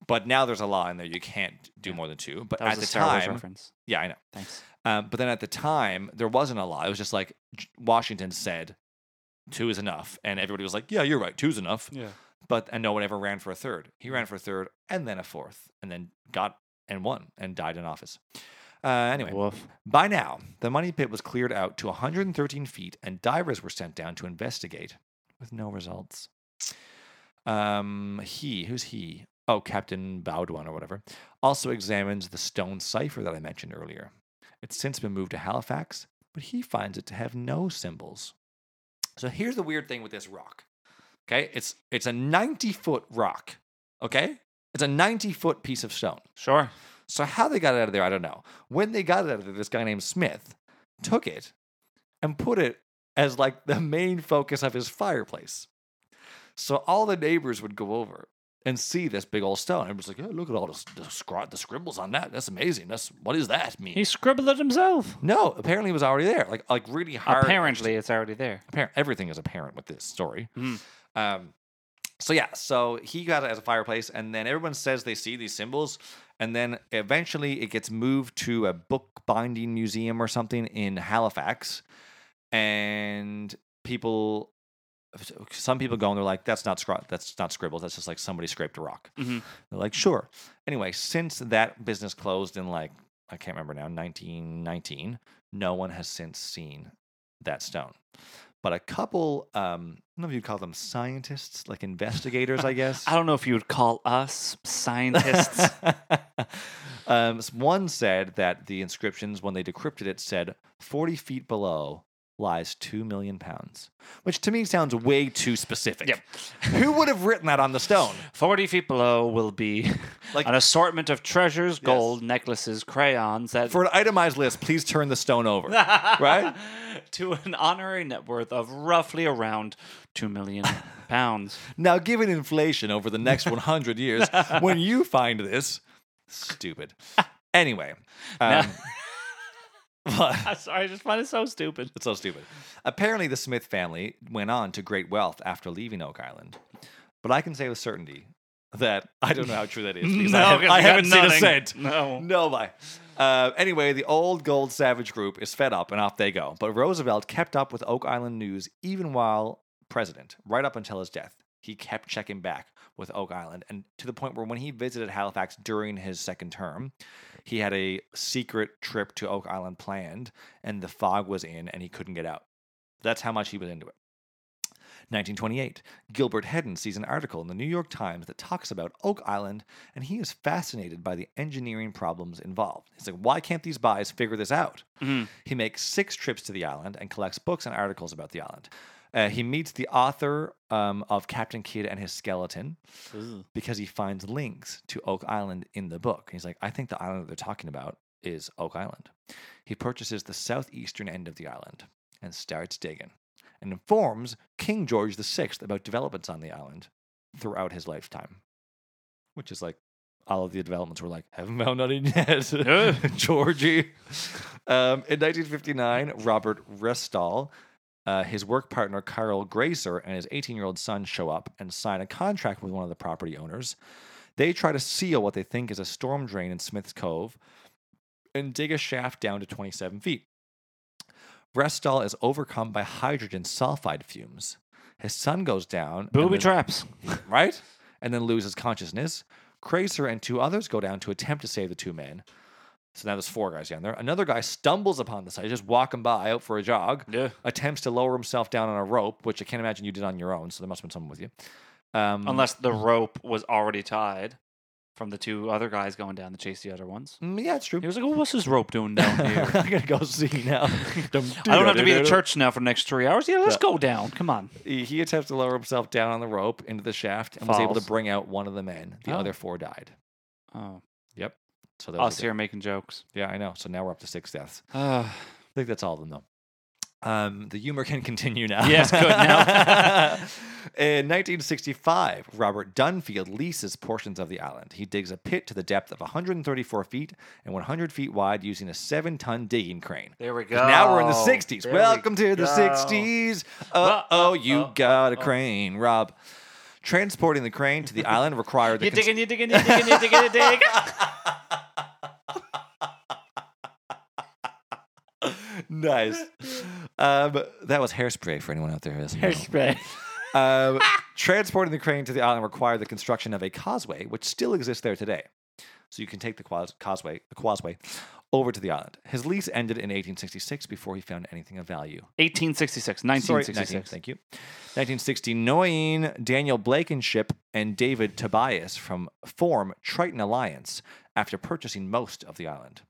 But now there's a law in there you can't do more than two. But That was at a the Star Wars time, reference. yeah, I know. Thanks. Um, but then at the time, there wasn't a law. It was just like J- Washington said, two is enough, and everybody was like, yeah, you're right, two's enough. Yeah. Mm-hmm. But and no one ever ran for a third. He ran for a third and then a fourth, and then got and won and died in office. Uh, anyway, Woof. by now, the money pit was cleared out to 113 feet, and divers were sent down to investigate, with no results. Um, he, who's he? Oh, Captain Bowdwan or whatever, also examines the stone cipher that I mentioned earlier. It's since been moved to Halifax, but he finds it to have no symbols. So here's the weird thing with this rock. Okay, it's it's a 90 foot rock. Okay, it's a 90 foot piece of stone. Sure. So how they got it out of there, I don't know. When they got it out of there, this guy named Smith took it and put it as like the main focus of his fireplace. So all the neighbors would go over and see this big old stone. Everybody's like, "Yeah, look at all the, s- the, scri- the scribbles on that. That's amazing. That's what does that mean?" He scribbled it himself. no, apparently it was already there. Like like really hard. Apparently, it's already there. apparent. Everything is apparent with this story. Hmm. Um, so yeah, so he got it as a fireplace, and then everyone says they see these symbols, and then eventually it gets moved to a book binding museum or something in Halifax, and people, some people go and they're like, "That's not scri- that's not scribbles. That's just like somebody scraped a rock." Mhm. They're like, "Sure." Anyway, since that business closed in like I can't remember now, 1919, no one has since seen that stone. But a couple, um, I don't know if you'd call them scientists, like investigators, I guess. I don't know if you would call us scientists. um, s- one said that the inscriptions, when they decrypted it, said 40 feet below lies 2 million pounds, which to me sounds way too specific. Yep. Who would have written that on the stone? 40 feet below will be Like- an assortment of treasures, gold, necklaces, crayons that. For an itemized list, please turn the stone over. right? to an honorary net worth of roughly around 2 million pounds. Now, given inflation over the next 100 years, when you find this, stupid. Anyway, um, I'm sorry, I just find it so stupid. It's so stupid. Apparently, the Smith family went on to great wealth after leaving Oak Island. But I can say with certainty that I don't know how true that is because I, have, 'cause I we got haven't seen a nothing. cent. No. No, bye. Uh, anyway, the old gold savage group is fed up and off they go. But Roosevelt kept up with Oak Island news even while president, right up until his death. He kept checking back with Oak Island, and to the point where when he visited Halifax during his second term, he had a secret trip to Oak Island planned, and the fog was in and he couldn't get out. That's how much he was into it. 1928, Gilbert Hedden sees an article in the New York Times that talks about Oak Island, and he is fascinated by the engineering problems involved. He's like, why can't these guys figure this out? Mhm. He makes six trips to the island and collects books and articles about the island. Uh, he meets the author um, of Captain Kidd and His Skeleton because he finds links to Oak Island in the book. He's like, I think the island that they're talking about is Oak Island. He purchases the southeastern end of the island and starts digging and informs King George VI about developments on the island throughout his lifetime, which is like all of the developments were like, haven't found nothing Yeah. yet, Georgie. Um, in 1959, Robert Restall uh, his work partner Carl Grazer and his 18 year old son show up and sign a contract with one of the property owners. They try to seal what they think is a storm drain in Smith's Cove and dig a shaft down to 27 feet. Restall is overcome by hydrogen sulfide fumes. His son goes down, and Booby then- traps. right? And then loses consciousness. Crazer and two others go down to attempt to save the two men. So now there's four guys down there. Another guy stumbles upon the site, just walking by out for a jog Yeah. attempts to lower himself down on a rope, which I can't imagine you did on your own. So there must have been someone with you. Um, Unless the rope was already tied from the two other guys going down to chase the other ones. Mm, yeah, it's true. He was like, oh, what's this rope doing down I'm here? gonna go see now. I don't have to be at church now for the next three hours. Yeah, let's Yeah. go down. Come on. He, he attempts to lower himself down on the rope into the shaft and was able to Falls. bring out one of the men. The Oh. other four died. Oh, So that was a us bit- here making jokes. Yeah, I know. So now we're up to six deaths. Uh, I think that's all of them though. Um, the humor can continue now. Yes, good now. In 1965, Robert Dunfield leases portions of the island. He digs a pit to the depth of 134 feet and 100 feet wide using a seven ton digging crane. There we go. Now we're in the 60s. There we Welcome to the go. 60s. Uh oh, you got a uh. crane, Rob. Transporting the crane to the island required the You cons- digging, you digging, you digging, you digging, you digging. nice. Um, that was hairspray for anyone out there who doesn't know. Hairspray. Um, transporting the crane to the island required the construction of a causeway, which still exists there today. So you can take the quas- causeway, the causeway, over to the island. His lease ended in 1866 before he found anything of value. 1866, Sorry, 1966. thank you. 1969, Daniel Blankenship and David Tobias from form Triton Alliance after purchasing most of the island.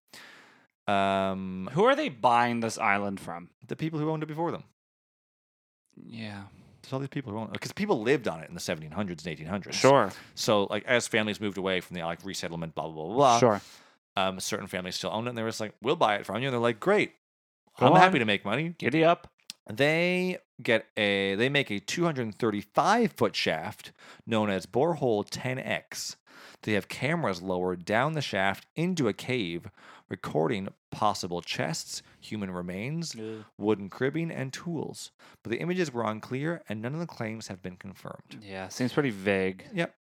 Um, Who are they buying this island from? the people who owned it before them. Yeah. There's all these people who own it because people lived on it in the 1700s and 1800s. Sure. So like as families moved away from the like resettlement, blah blah blah blah. Sure. Um, certain families still owned it, and they were just like, "We'll buy it from you," and they're like, "Great, Go I'm on. happy to make money." Giddy up. They get a they make a 235 foot shaft known as borehole 10x. They have cameras lowered down the shaft into a cave, recording possible chests, human remains, wooden cribbing, and tools. But the images were unclear, and none of the claims have been confirmed. Yeah, seems pretty vague. Yep.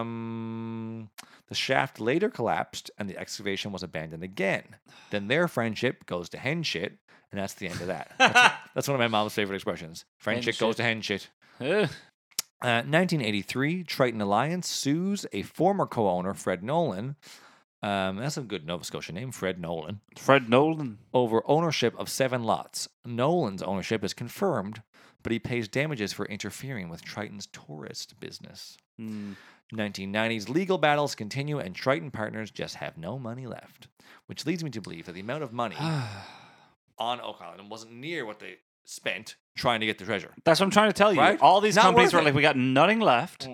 Um, the shaft later collapsed and the excavation was abandoned again. Then their friendship goes to hen shit, and that's the end of that. That's, that's one of my mom's favorite expressions. Friendship goes shit. to hen shit. Ugh. Uh, 1983, Triton Alliance sues a former co owner, Fred Nolan. Um, that's a good Nova Scotia name, Fred Nolan Fred Nolan. over ownership of seven lots. Nolan's ownership is confirmed, but he pays damages for interfering with Triton's tourist business. Hmm. 1990s legal battles continue, and Triton partners just have no money left, which leads me to believe that the amount of money on Oak Island wasn't near what they spent trying to get the treasure. That's what I'm trying to tell you. Right? All these Not companies worth were it. like, we got nothing left.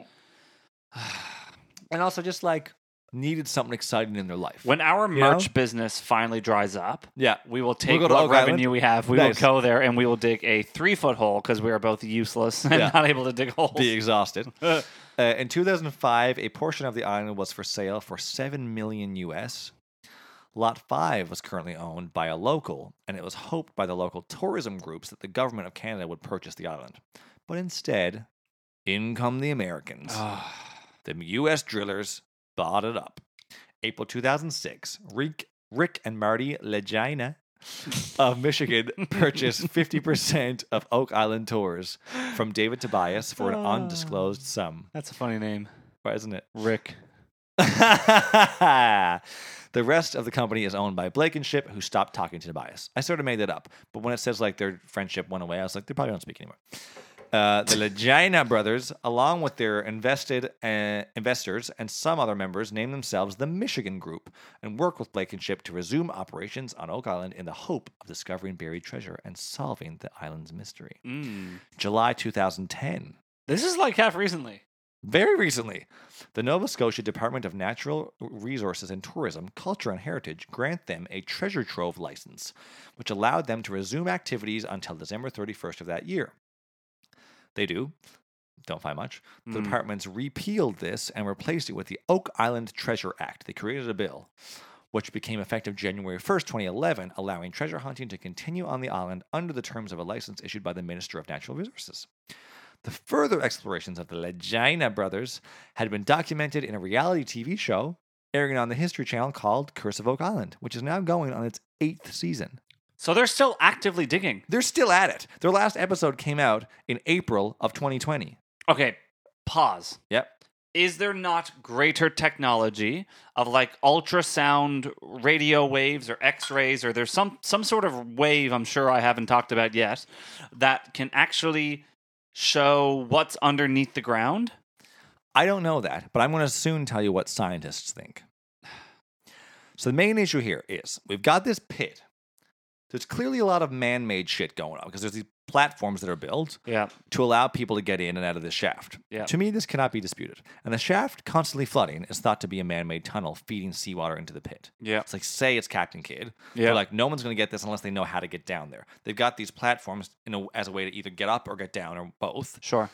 And also, just like needed something exciting in their life. When our know? merch business finally dries up, yeah, we will take go to what Oak Island. revenue we have. We Nice. will go there and we will dig a three foot hole because we are both useless and Yeah. not able to dig holes. be exhausted. uh, in 2005, a portion of the island was for sale for 7 million US. Lot 5 was currently owned by a local, and it was hoped by the local tourism groups that the government of Canada would purchase the island. But instead, in come the Americans. Ah. The U.S. drillers bought it up. April 2006, Rick, Rick and Marty Legina of Michigan purchased 50% of Oak Island Tours from David Tobias for an Ah. undisclosed sum. That's a funny name. Why isn't it? Rick. the rest of the company is owned by Blankenship, who stopped talking to Tobias. I sort of made that up, but when it says like their friendship went away, I was like, they probably don't speak anymore. Uh, the Legina brothers, along with their invested uh, investors and some other members, name themselves the Michigan Group and work with Blankenship to resume operations on Oak Island in the hope of discovering buried treasure and solving the island's mystery. Mm. July 2010, This is like half recently. very recently, the Nova Scotia Department of Natural Resources and Tourism, Culture and Heritage grant them a treasure trove license, which allowed them to resume activities until December 31st of that year. They do. Don't find much. The Mm. departments repealed this and replaced it with the Oak Island Treasure Act. They created a bill, which became effective January 1st, 2011, allowing treasure hunting to continue on the island under the terms of a license issued by the Minister of Natural Resources. The further explorations of the Legina brothers had been documented in a reality TV show airing on the History Channel called Curse of Oak Island, which is now going on its eighth season. So they're still actively digging. They're still at it. Their last episode came out in April of 2020. Okay, pause. Yep. Is there not greater technology of like ultrasound radio waves or x-rays or there's some some sort of wave I'm sure I haven't talked about yet that can actually show what's underneath the ground? I don't know that, but I'm going to soon tell you what scientists think. So the main issue here is we've got this pit. There's clearly a lot of man-made shit going on because there's these platforms that are built Yeah. to allow people to get in and out of the shaft. Yeah. To me, this cannot be disputed. And the shaft constantly flooding is thought to be a man made tunnel feeding seawater into the pit. Yeah. It's like, say it's Captain Kidd. Yeah. They're like, no one's going to get this unless they know how to get down there. They've got these platforms in a, as a way to either get up or get down or both. Sure.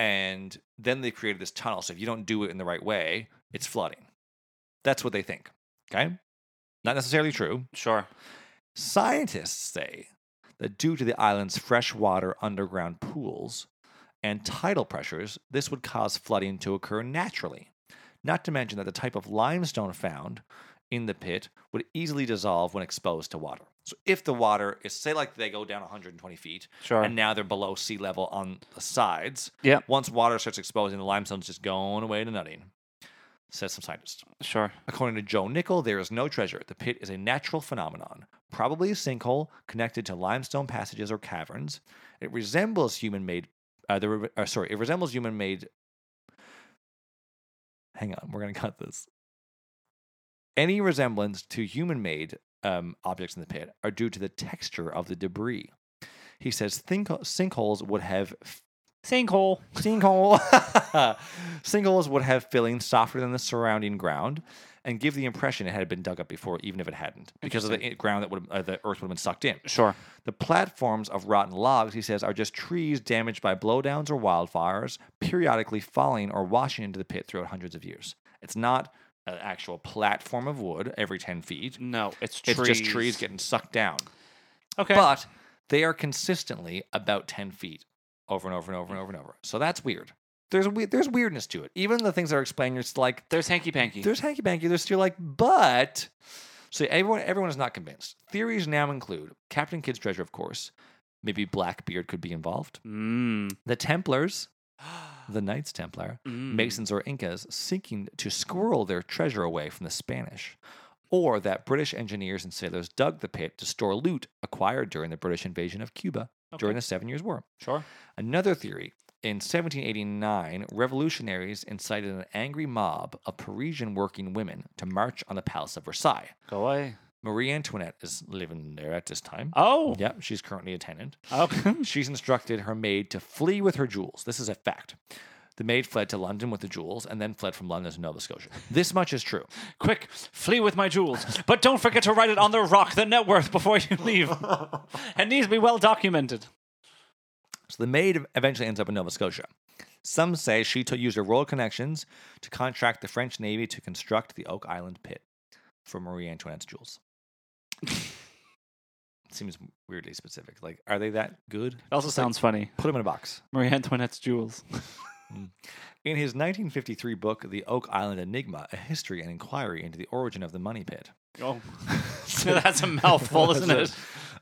And then they created this tunnel. So if you don't do it in the right way, it's flooding. That's what they think. Okay. Not necessarily true. Sure. Scientists say that due to the island's freshwater underground pools and tidal pressures, this would cause flooding to occur naturally. Not to mention that the type of limestone found in the pit would easily dissolve when exposed to water. So, if the water is, say, like they go down 120 feet Sure. and now they're below sea level on the sides, Yeah. once water starts exposing, the limestone's just going away to nothing, says some scientists. Sure. According to Joe Nickel, there is no treasure. The pit is a natural phenomenon, probably a sinkhole connected to limestone passages or caverns. It resembles human-made. Uh, the, re- uh, sorry, it resembles human-made. Hang on, we're gonna cut this. Any resemblance to human-made um, objects in the pit are due to the texture of the debris. He says think- sinkholes would have Sinkhole. Sinkhole. Sinkholes would have filling softer than the surrounding ground and give the impression it had been dug up before, even if it hadn't, because of the i- ground that would uh, the earth would have been sucked in. Sure. The platforms of rotten logs, he says, are just trees damaged by blowdowns or wildfires, periodically falling or washing into the pit throughout hundreds of years. It's not an actual platform of wood every 10 feet. No, it's trees. It's just trees getting sucked down. Okay. But they are consistently about 10 feet over and over and over and over and over. So that's weird. There's we- there's weirdness to it. Even the things that are explained, it's like there's hanky panky. there's hanky panky. There's still like, but so everyone everyone is not convinced. Theories now include Captain Kidd's treasure, of course. Maybe Blackbeard could be involved. Mm. The Templars, the Knights Templar, Mm. Masons or Incas seeking to squirrel their treasure away from the Spanish, or that British engineers and sailors dug the pit to store loot acquired during the British invasion of Cuba during the Seven Years' War. Sure. Another theory in 1789, revolutionaries incited an angry mob of Parisian working women to march on the Palace of Versailles. Go away. Marie Antoinette is living there at this time. Oh. Yep, she's currently a tenant. Okay. She's instructed her maid to flee with her jewels. This is a fact. The maid fled to London with the jewels and then fled from London to Nova Scotia. This much is true. Quick, flee with my jewels. But don't forget to write it on the rock, the net worth, before you leave. it needs to be well documented. So the maid eventually ends up in Nova Scotia. Some say she t- used her royal connections to contract the French Navy to construct the Oak Island pit for Marie Antoinette's jewels. Seems weirdly specific. Like, are they that good? It also sounds funny. Put them in a box. Marie Antoinette's jewels. In his 1953 book, The Oak Island Enigma A History and Inquiry into the Origin of the Money Pit, Oh. That's a mouthful, isn't That's it? it.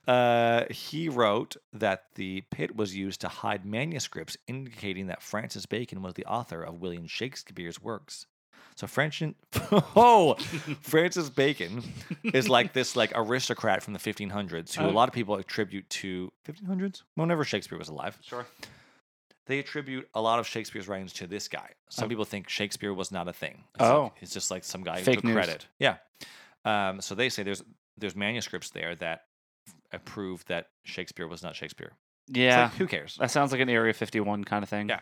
Uh, he wrote that the pit was used to hide manuscripts indicating that Francis Bacon was the author of William Shakespeare's works. So French oh Francis Bacon is like this like aristocrat from the 1500s who a Oh. lot of people attribute to 1500s whenever Shakespeare was alive Sure. they attribute a lot of Shakespeare's writings to this guy. Some Oh. people think Shakespeare was not a thing. It's Oh. like, it's just like some guy Fake who took news. credit. Yeah. Um, so they say there's there's manuscripts there that f- prove that Shakespeare was not Shakespeare. It's Yeah. like, who cares? that sounds like an Area 51 kind of thing. Yeah.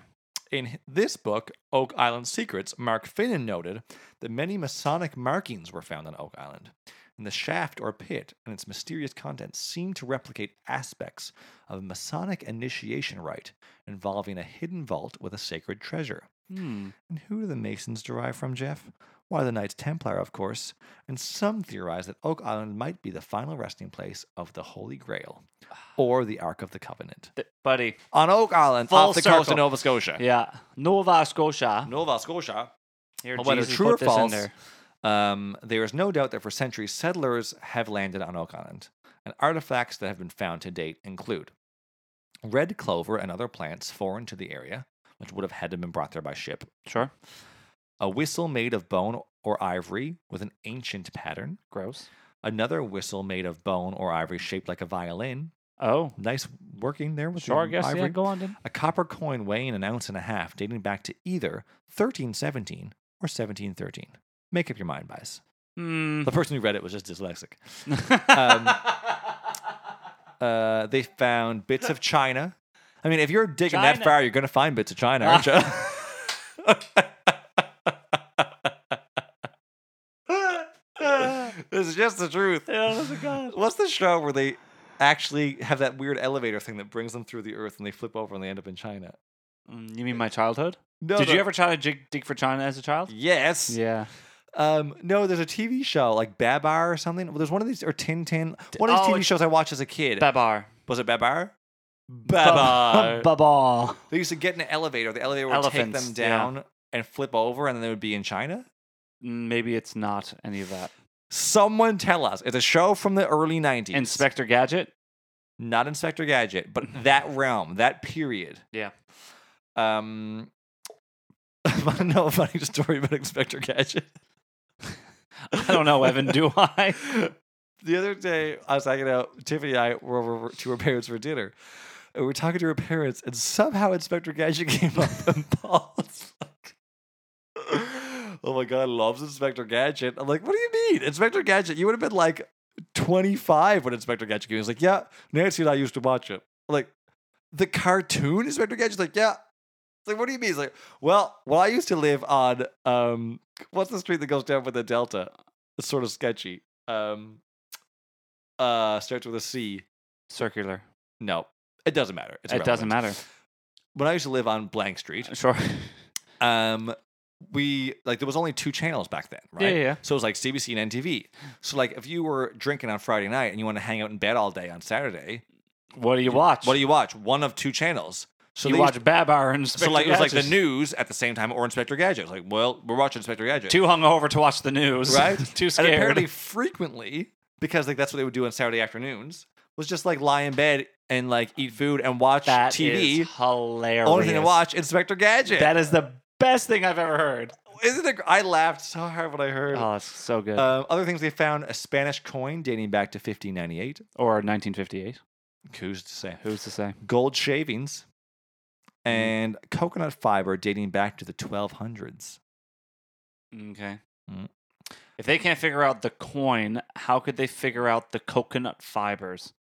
In h- this book, Oak Island Secrets, Mark Finnan noted that many Masonic markings were found on Oak Island. And the shaft or pit and its mysterious contents seem to replicate aspects of a Masonic initiation rite involving a hidden vault with a sacred treasure. Hmm. And who do the Masons derive from, Jeff? Why, the Knights Templar, of course. And some theorize that Oak Island might be the final resting place of the Holy Grail Ah. or the Ark of the Covenant. Th- buddy. On Oak Island, Full off the coast circle. of Nova Scotia. Yeah. Nova Scotia. Oh, Nova Scotia. Here, Well, whether Jesus true or put this in false, there. um, there is no doubt that for centuries settlers have landed on Oak Island, and artifacts that have been found to date include red clover and other plants foreign to the area, which would have had to been brought there by ship, Sure. a whistle made of bone or ivory with an ancient pattern, Gross. another whistle made of bone or ivory shaped like a violin. Oh. Nice working there with Sure, I the guess. ivory. Yeah, go on. Then. A copper coin weighing an ounce and a half, dating back to either 1317 or 1713. Make up your mind, guys. Hmm. The person who read it was just dyslexic. Um, uh, they found bits of China. I mean, if you're digging that China. far, you're going to find bits of China, aren't you? this is just the truth. What's the show where they actually have that weird elevator thing that brings them through the earth and they flip over and they end up in China? Mm, You mean my childhood? No, Did no- you ever try to jig, dig for China as a child? Yes. Yeah. Um, no, there's a TV show like Babar or something. Well, there's one of these or Tin Tin. One of these oh, TV shows I watched as a kid. Babar. was it Babar? Babar. Babar. They used to get in an elevator. The elevator would take Elephants, them yeah. down and flip over, and then they would be in China. Mm, Maybe it's not any of that. Someone tell us. It's a show from the early 90s. Inspector Gadget? Not Inspector Gadget, but that realm, that period. Yeah. Um, I want to know a funny story about Inspector Gadget. I don't know, Evan, do I? the other day, I was hanging out. Tiffany and I were over to her parents for dinner. And we were talking to her parents, and somehow Inspector Gadget came up, and Paul's like, "Oh my god, loves Inspector Gadget." I'm like, "What do you mean, Inspector Gadget? You would have been like 25 when Inspector Gadget came." He's like, "Yeah, Nancy and I used to watch it." I'm like, the cartoon Inspector Gadget's like, "Yeah." It's like, "What do you mean?" He's like, "Well, well, I used to live on um, what's the street that goes down with the Delta? It's sort of sketchy. Um, uh, starts with a C. Circular. No, it doesn't matter. It's it doesn't irrelevant. matter. When I used to live on Blank Street, Sure. Uh, um, we like there was only two channels back then, right? yeah, yeah. So it was like CBC and NTV. So like if you were drinking on Friday night and you want to hang out in bed all day on Saturday, What do you watch? what do you watch? One of two channels. So you they watch used- Babar and Inspector so like it was like the Gadget. news at the same time or Inspector Gadget. It was like, well, we're watching Inspector Gadget. Too hungover to watch the news. Right? Too and scared. apparently frequently because like that's what they would do on Saturday afternoons was just like lie in bed and like eat food and watch That TV. is hilarious. Only thing to watch, Inspector Gadget. That is the best thing I've ever heard. Isn't it? I laughed so hard when I heard. Oh, it's so good. Um, other things they found: a Spanish coin dating back to 1598. or 1958. Who's to say? Who's to say? Gold shavings Hmm. and coconut fiber dating back to the 1200s. Okay. Mm. If they can't figure out the coin, how could they figure out the coconut fibers?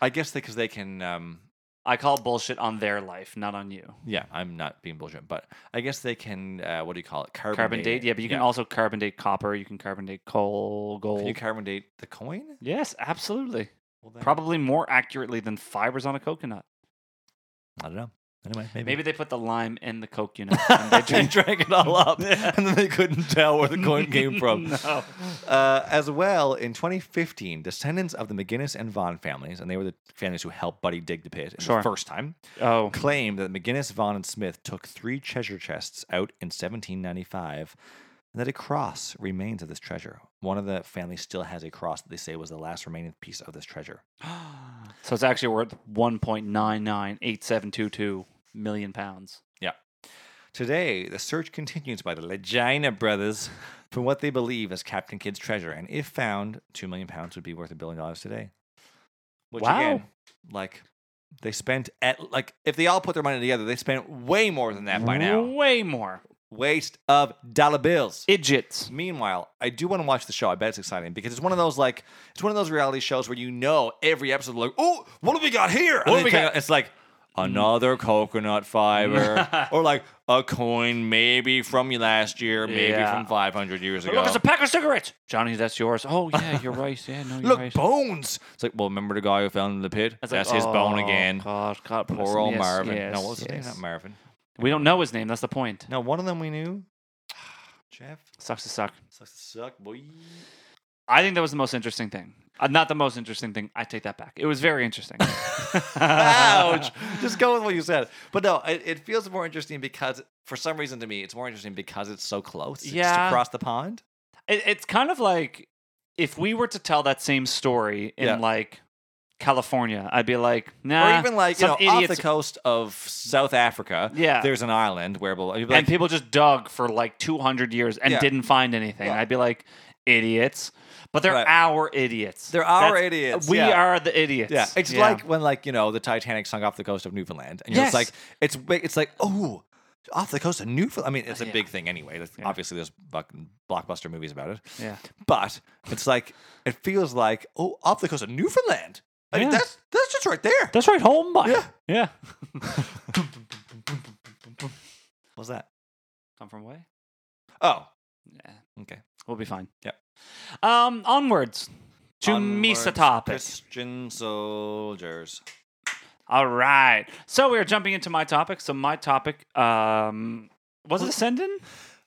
I guess because they can. Um, I call bullshit on their life, not on you. yeah, I'm not being bullshit, but I guess they can. Uh, what do you call it? Carbon, Carbon date, yeah, but you can also carbon date copper. You can carbon date coal, Can gold. you carbon date the coin? yes, absolutely. Well, then- Probably more accurately than fibers on a coconut. I don't know. Anyway, maybe. Maybe they put the lime in the coconut. and they they drank, drink- it all up, and then they couldn't tell where the coin came from. No. Uh, as well, in 2015, descendants of the McGinnis and Vaughn families, and they were the families who helped Buddy dig the pit in the Sure. first time, Oh, claimed that McGinnis, Vaughn, and Smith took three treasure chests out in 1795, and that a cross remains of this treasure. One of the families still has a cross that they say was the last remaining piece of this treasure. so it's actually worth 1.998722 million pounds. Today, the search continues by the Legina brothers for what they believe is Captain Kidd's treasure, and if found, two million pounds would be worth a billion dollars today. Which Wow. again, like they spent at like if they all put their money together, they spent way more than that by now. Way more. Waste of dollar bills. Idiots. Meanwhile, I do want to watch the show. I bet it's exciting because it's one of those like it's one of those reality shows where you know every episode like, oh, what do we got here? And then What do you we take got- it- It's like another coconut fiber, or like a coin maybe from you last year, maybe Yeah. from five hundred years ago. Look, it's a pack of cigarettes. Johnny, that's yours. Oh, yeah, you're right. Yeah, no, you're Look, right. bones. It's like, well, remember the guy who fell in the pit? It's like, That's his bone oh, again. God, God, bless Poor him. old Yes, Marvin. no, yes, what was his name? yes. Not Marvin. We don't know his name. That's the point. No, one of them we knew. Jeff Sucks to suck. sucks to suck, boy. I think that was the most interesting thing. Uh, not the most interesting thing. I take that back. It was very interesting. Ouch. Just go with what you said. But no, it, it feels more interesting because, for some reason to me, it's more interesting because it's so close. It's Just Yeah. across the pond. It, it's kind of like if we were to tell that same story in Yeah. like California, I'd be like, nah. or even like, you Uh, some know, off idiots- the coast of South Africa, Yeah. there's an island where people, you'd be like, and people just dug for like 200 years and Yeah. didn't find anything. Yeah. I'd be like, idiots. But they're Right. our idiots. they're our That's- idiots. We yeah. are the idiots. Yeah, it's like when like you know the Titanic sunk off the coast of Newfoundland, and Yes. you're it's like it's it's like oh, off the coast of Newfoundland. I mean, it's a Yeah. big thing anyway. That's- Yeah. Obviously, there's fucking blockbuster movies about it. Yeah. but it's like it feels like oh, off the coast of Newfoundland. Like Yeah. that's that's just right there. That's right, home bike. Yeah. yeah. What's that? Come from away. Oh, Yeah, okay. we'll be fine. Yeah. Um, onwards to Onwards, Misa topic. Christian soldiers. All right. So we are jumping into my topic. So my topic um was it Ascendant?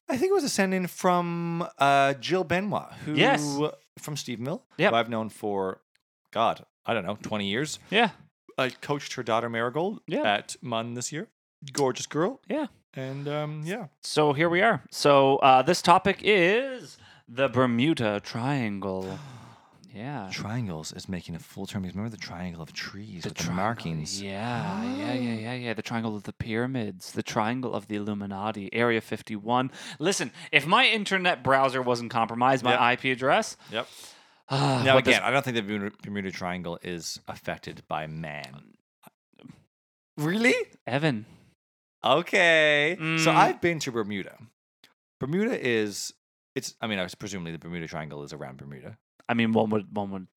I think it was a send in from uh, Jill Benoit, who Yes. from Steve Mill, Yep. who I've known for God, I don't know, twenty years. Yeah. I coached her daughter Marigold Yeah. at Munn this year. Gorgeous girl. Yeah. And um, yeah. So here we are. So uh this topic is the Bermuda Triangle. Yeah. Triangles is making a full term. because Remember the triangle of trees with the triangle- markings. Oh. Yeah, yeah, yeah, yeah, yeah. The triangle of the pyramids, the triangle of the Illuminati, Area 51. Listen, if my internet browser wasn't compromised, my Yep. IP address. Yep. Uh, Now again, I don't think the Bermuda- Bermuda Triangle is affected by man. Really? Evan. Okay. So Mm. I've been to Bermuda. Bermuda is it's I mean, I was presumably the Bermuda Triangle is around Bermuda. I mean, one would, one would.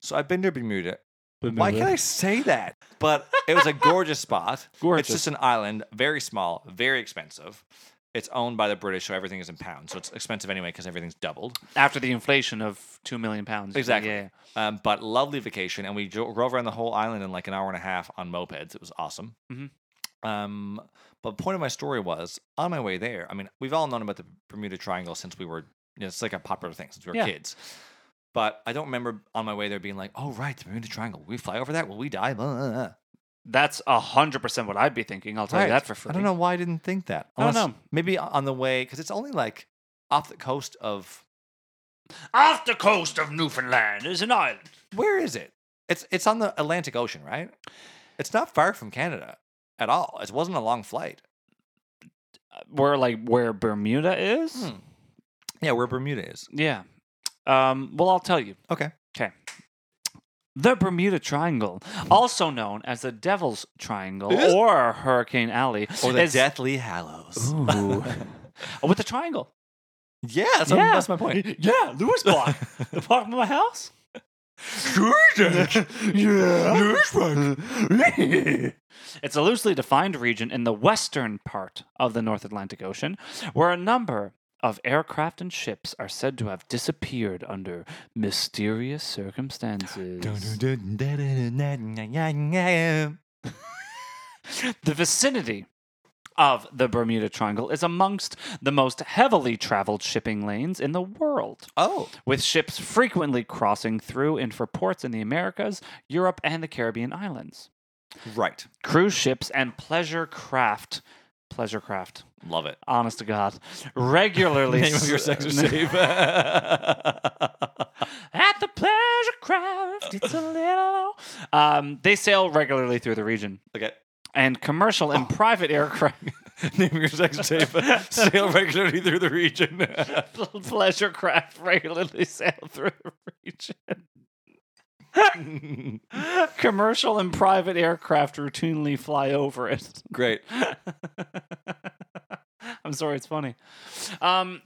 So I've been to Bermuda. Why can I say that? But it was a gorgeous spot. Gorgeous. It's just an island, very small, very expensive. It's owned by the British, so everything is in pounds. So it's expensive anyway because everything's doubled. after the inflation of two million pounds. Exactly. Yeah. Um, but lovely vacation, and we dro- drove around the whole island in like an hour and a half on mopeds. It was awesome. Mhm. Um, but the point of my story was on my way there. I mean, we've all known about the Bermuda Triangle since we were. You know, it's like a popular thing since we were Yeah. kids. But I don't remember on my way there being like, "Oh right, the Bermuda Triangle. We fly over that. Will we die?" Blah, blah, blah." That's a hundred percent what I'd be thinking. I'll tell Right. you that for free. I don't know why I didn't think that. I don't know. Maybe on the way because it's only like off the coast of Off the coast of Newfoundland is an island. where is it? It's it's on the Atlantic Ocean, right? It's not far from Canada at all. It wasn't a long flight. Where like where Bermuda is? Hmm. Yeah, where Bermuda is. Yeah. Um, well, I'll tell you. Okay. Okay. The Bermuda Triangle, also known as the Devil's Triangle Is- or Hurricane Alley, Or the is- Deathly Hallows. Ooh. Oh, with the triangle. yeah, that's, Yeah. that's my point. Yeah, Lewis Block, the park of my house. It's a loosely defined region in the western part of the North Atlantic Ocean where a number of aircraft and ships are said to have disappeared under mysterious circumstances. The vicinity of the Bermuda Triangle is amongst the most heavily traveled shipping lanes in the world, Oh, with ships frequently crossing through and for ports in the Americas, Europe, and the Caribbean islands. right. Cruise ships and pleasure craft, pleasure craft, Love it. honest to God, regularly. Name of your s- sex or save. right. At the pleasure craft, it's a little. Um, they sail regularly through the region, Okay. Oh. and commercial and private aircraft. Name your sex tape. Sail regularly through the region. pleasure craft regularly sail through the region. Commercial and private aircraft routinely fly over it. Great. I'm sorry, it's funny. Um,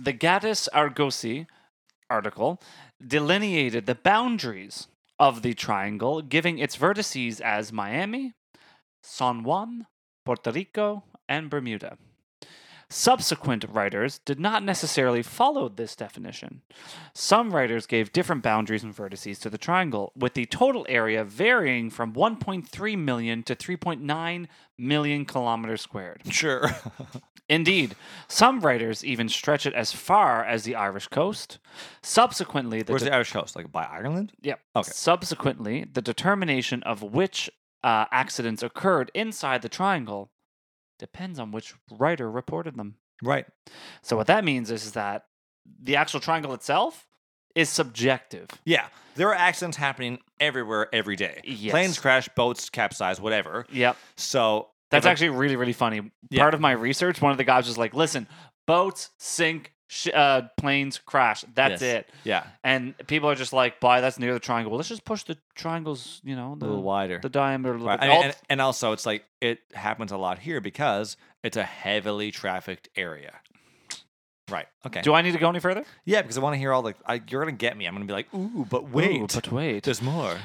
the Gaddis Argosy article delineated the boundaries of the triangle, giving its vertices as Miami, San Juan, Puerto Rico, and Bermuda. Subsequent writers did not necessarily follow this definition. Some writers gave different boundaries and vertices to the triangle, with the total area varying from 1.3 million to 3.9 million kilometers squared. Sure. Indeed, some writers even stretch it as far as the Irish coast. Subsequently, the Where's the Irish coast? Like by Ireland? Yep. Okay. Subsequently, the determination of which uh, accidents occurred inside the triangle depends on which writer reported them. Right. So what that means is, is that the actual triangle itself is subjective. Yeah. There are accidents happening everywhere every day. Yes. Planes crash, boats capsize, whatever. Yep. So if That's a- actually really, really funny. Yeah. Part of my research, one of the guys was like, listen, boats sink, sh- uh, planes crash. That's Yes. it. yeah, And people are just like, "By that's near the triangle. Well, let's just push the triangles, you a know, little the, wider. the diameter a little Right. bit." I mean, All- and, and also, it's like it happens a lot here because it's a heavily trafficked area. Right. Okay. do I need to go any further? yeah, because I want to hear all the. I, you're gonna get me. I'm gonna be like, ooh, but wait, Ooh, but wait. there's more.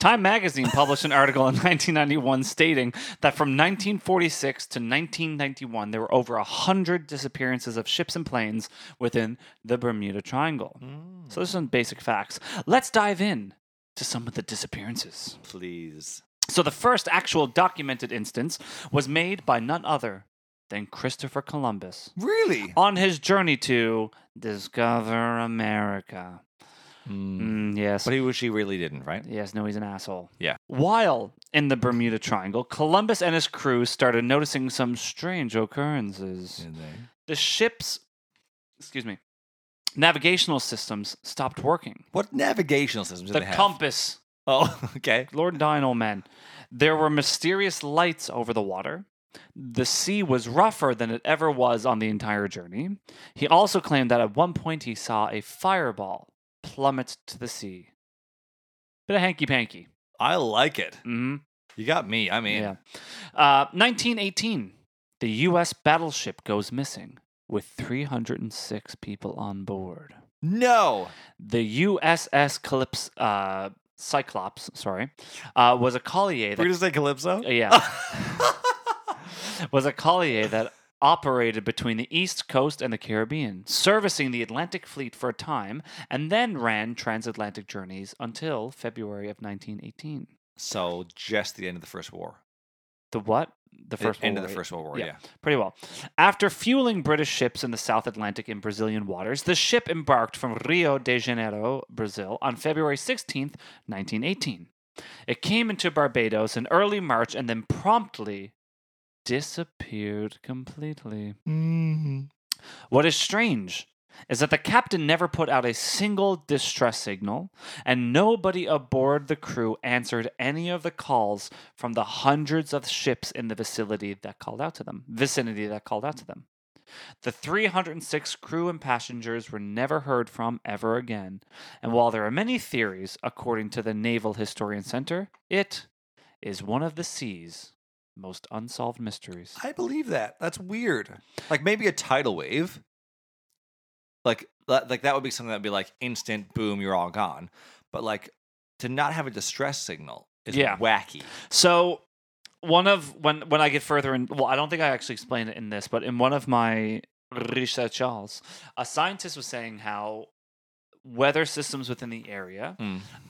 Time magazine published an article in 1991 stating that from 1946 to 1991, there were over 100 disappearances of ships and planes within the Bermuda Triangle. Hmm. So, those are some basic facts. Let's dive in to some of the disappearances. Please. So, the first actual documented instance was made by none other than Christopher Columbus Really? on his journey to discover America. Mm, yes. But he wish he really didn't, right? Yes, no, he's an asshole. Yeah. While in the Bermuda Triangle, Columbus and his crew started noticing some strange occurrences. The ship's, excuse me, navigational systems stopped working. What navigational systems did the they have? compass, oh, okay. Lord Dino Man. There were mysterious lights over the water. The sea was rougher than it ever was on the entire journey. He also claimed that at one point he saw a fireball plummet to the sea. Bit of hanky panky. I like it. hmm You got me. I mean, Yeah. Uh, 1918, the U.S. battleship goes missing with 306 people on board. no. The USS Calypso, uh, Cyclops, sorry, uh, was a collier We're that gonna say Calypso. Uh, yeah was a collier that operated between the East Coast and the Caribbean, servicing the Atlantic Fleet for a time, and then ran transatlantic journeys until February of 1918. so just the end of the first war. The what? The first end World of the War. first world war. Yeah. Yeah. Pretty well. After fueling British ships in the South Atlantic and Brazilian waters, the ship embarked from Rio de Janeiro, Brazil, on February 16th, 1918. It came into Barbados in early March and then promptly disappeared completely. Mm-hmm. What is strange is that the captain never put out a single distress signal, and nobody aboard the crew answered any of the calls from the hundreds of ships in the vicinity that called out to them. Vicinity that called out to them. The 306 crew and passengers were never heard from ever again. And while there are many theories, according to the Naval Historian Center, it is one of the sea's most unsolved mysteries. I believe that. That's weird. Like maybe a tidal wave. Like that- like that would be something that'd be like instant boom, you're all gone. But like to not have a distress signal is Yeah. wacky. So one of when when I get further in well, I don't think I actually explained it in this, but in one of my researches, a scientist was saying how weather systems within the area.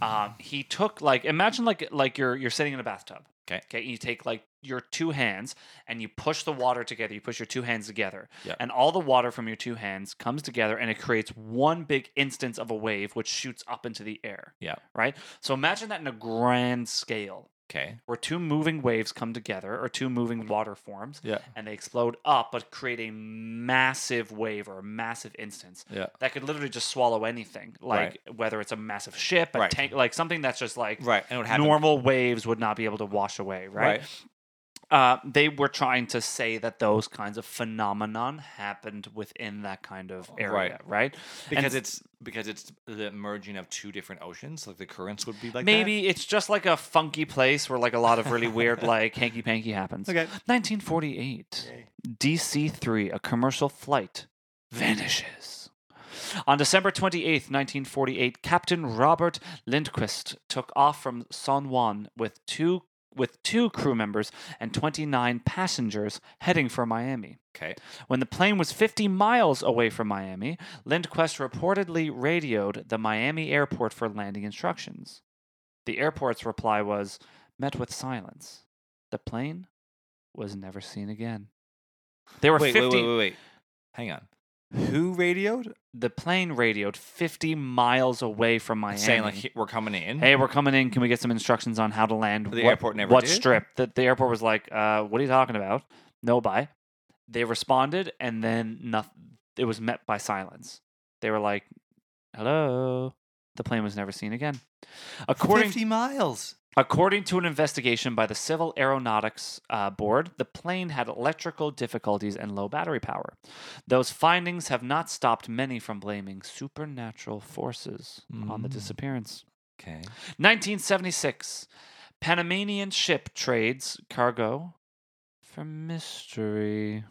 Um, he took like imagine like like you're you're sitting in a bathtub. 'Kay. Okay. And you take like your two hands and you push the water together. You push your two hands together, Yep. and all the water from your two hands comes together, and it creates one big instance of a wave which shoots up into the air. Yeah. Right. So imagine that in a grand scale Okay. where two moving waves come together or two moving water forms Yeah. and they explode up but create a massive wave or a massive instance Yeah. that could literally just swallow anything like Right. whether it's a massive ship a Right. tank like something that's just like Right. And it would happen. normal waves would not be able to wash away right, right. Uh, they were trying to say that those kinds of phenomenon happened within that kind of area right, Because it's because it's the merging of two different oceans, like the currents would be like that? maybe it's just like a funky place where like a lot of really weird like hanky panky happens Okay. 1948, DC 3, a commercial flight, vanishes. On December 28, 1948, Captain Robert Lindquist took off from San Juan with two, with two crew members and 29 passengers heading for Miami. Okay. When the plane was 50 miles away from Miami, Lindquist reportedly radioed the Miami airport for landing instructions. The airport's reply was met with silence. The plane was never seen again. There were Wait, 50 wait, wait, wait, wait. Hang on. Who radioed? the plane radioed 50 miles away from Miami. Saying like "He- we're coming in. Hey, we're coming in. Can we get some instructions on how to land? The what, airport never What did? strip? That the airport was like, uh, what are you talking about? No, bye. They responded, and then nothing. It was met by silence. They were like, hello. The plane was never seen again. According Fifty miles. According to an investigation by the Civil Aeronautics uh, Board, the plane had electrical difficulties and low battery power. Those findings have not stopped many from blaming supernatural forces on the Mm. disappearance. Okay. 1976, Panamanian ship trades cargo for mystery.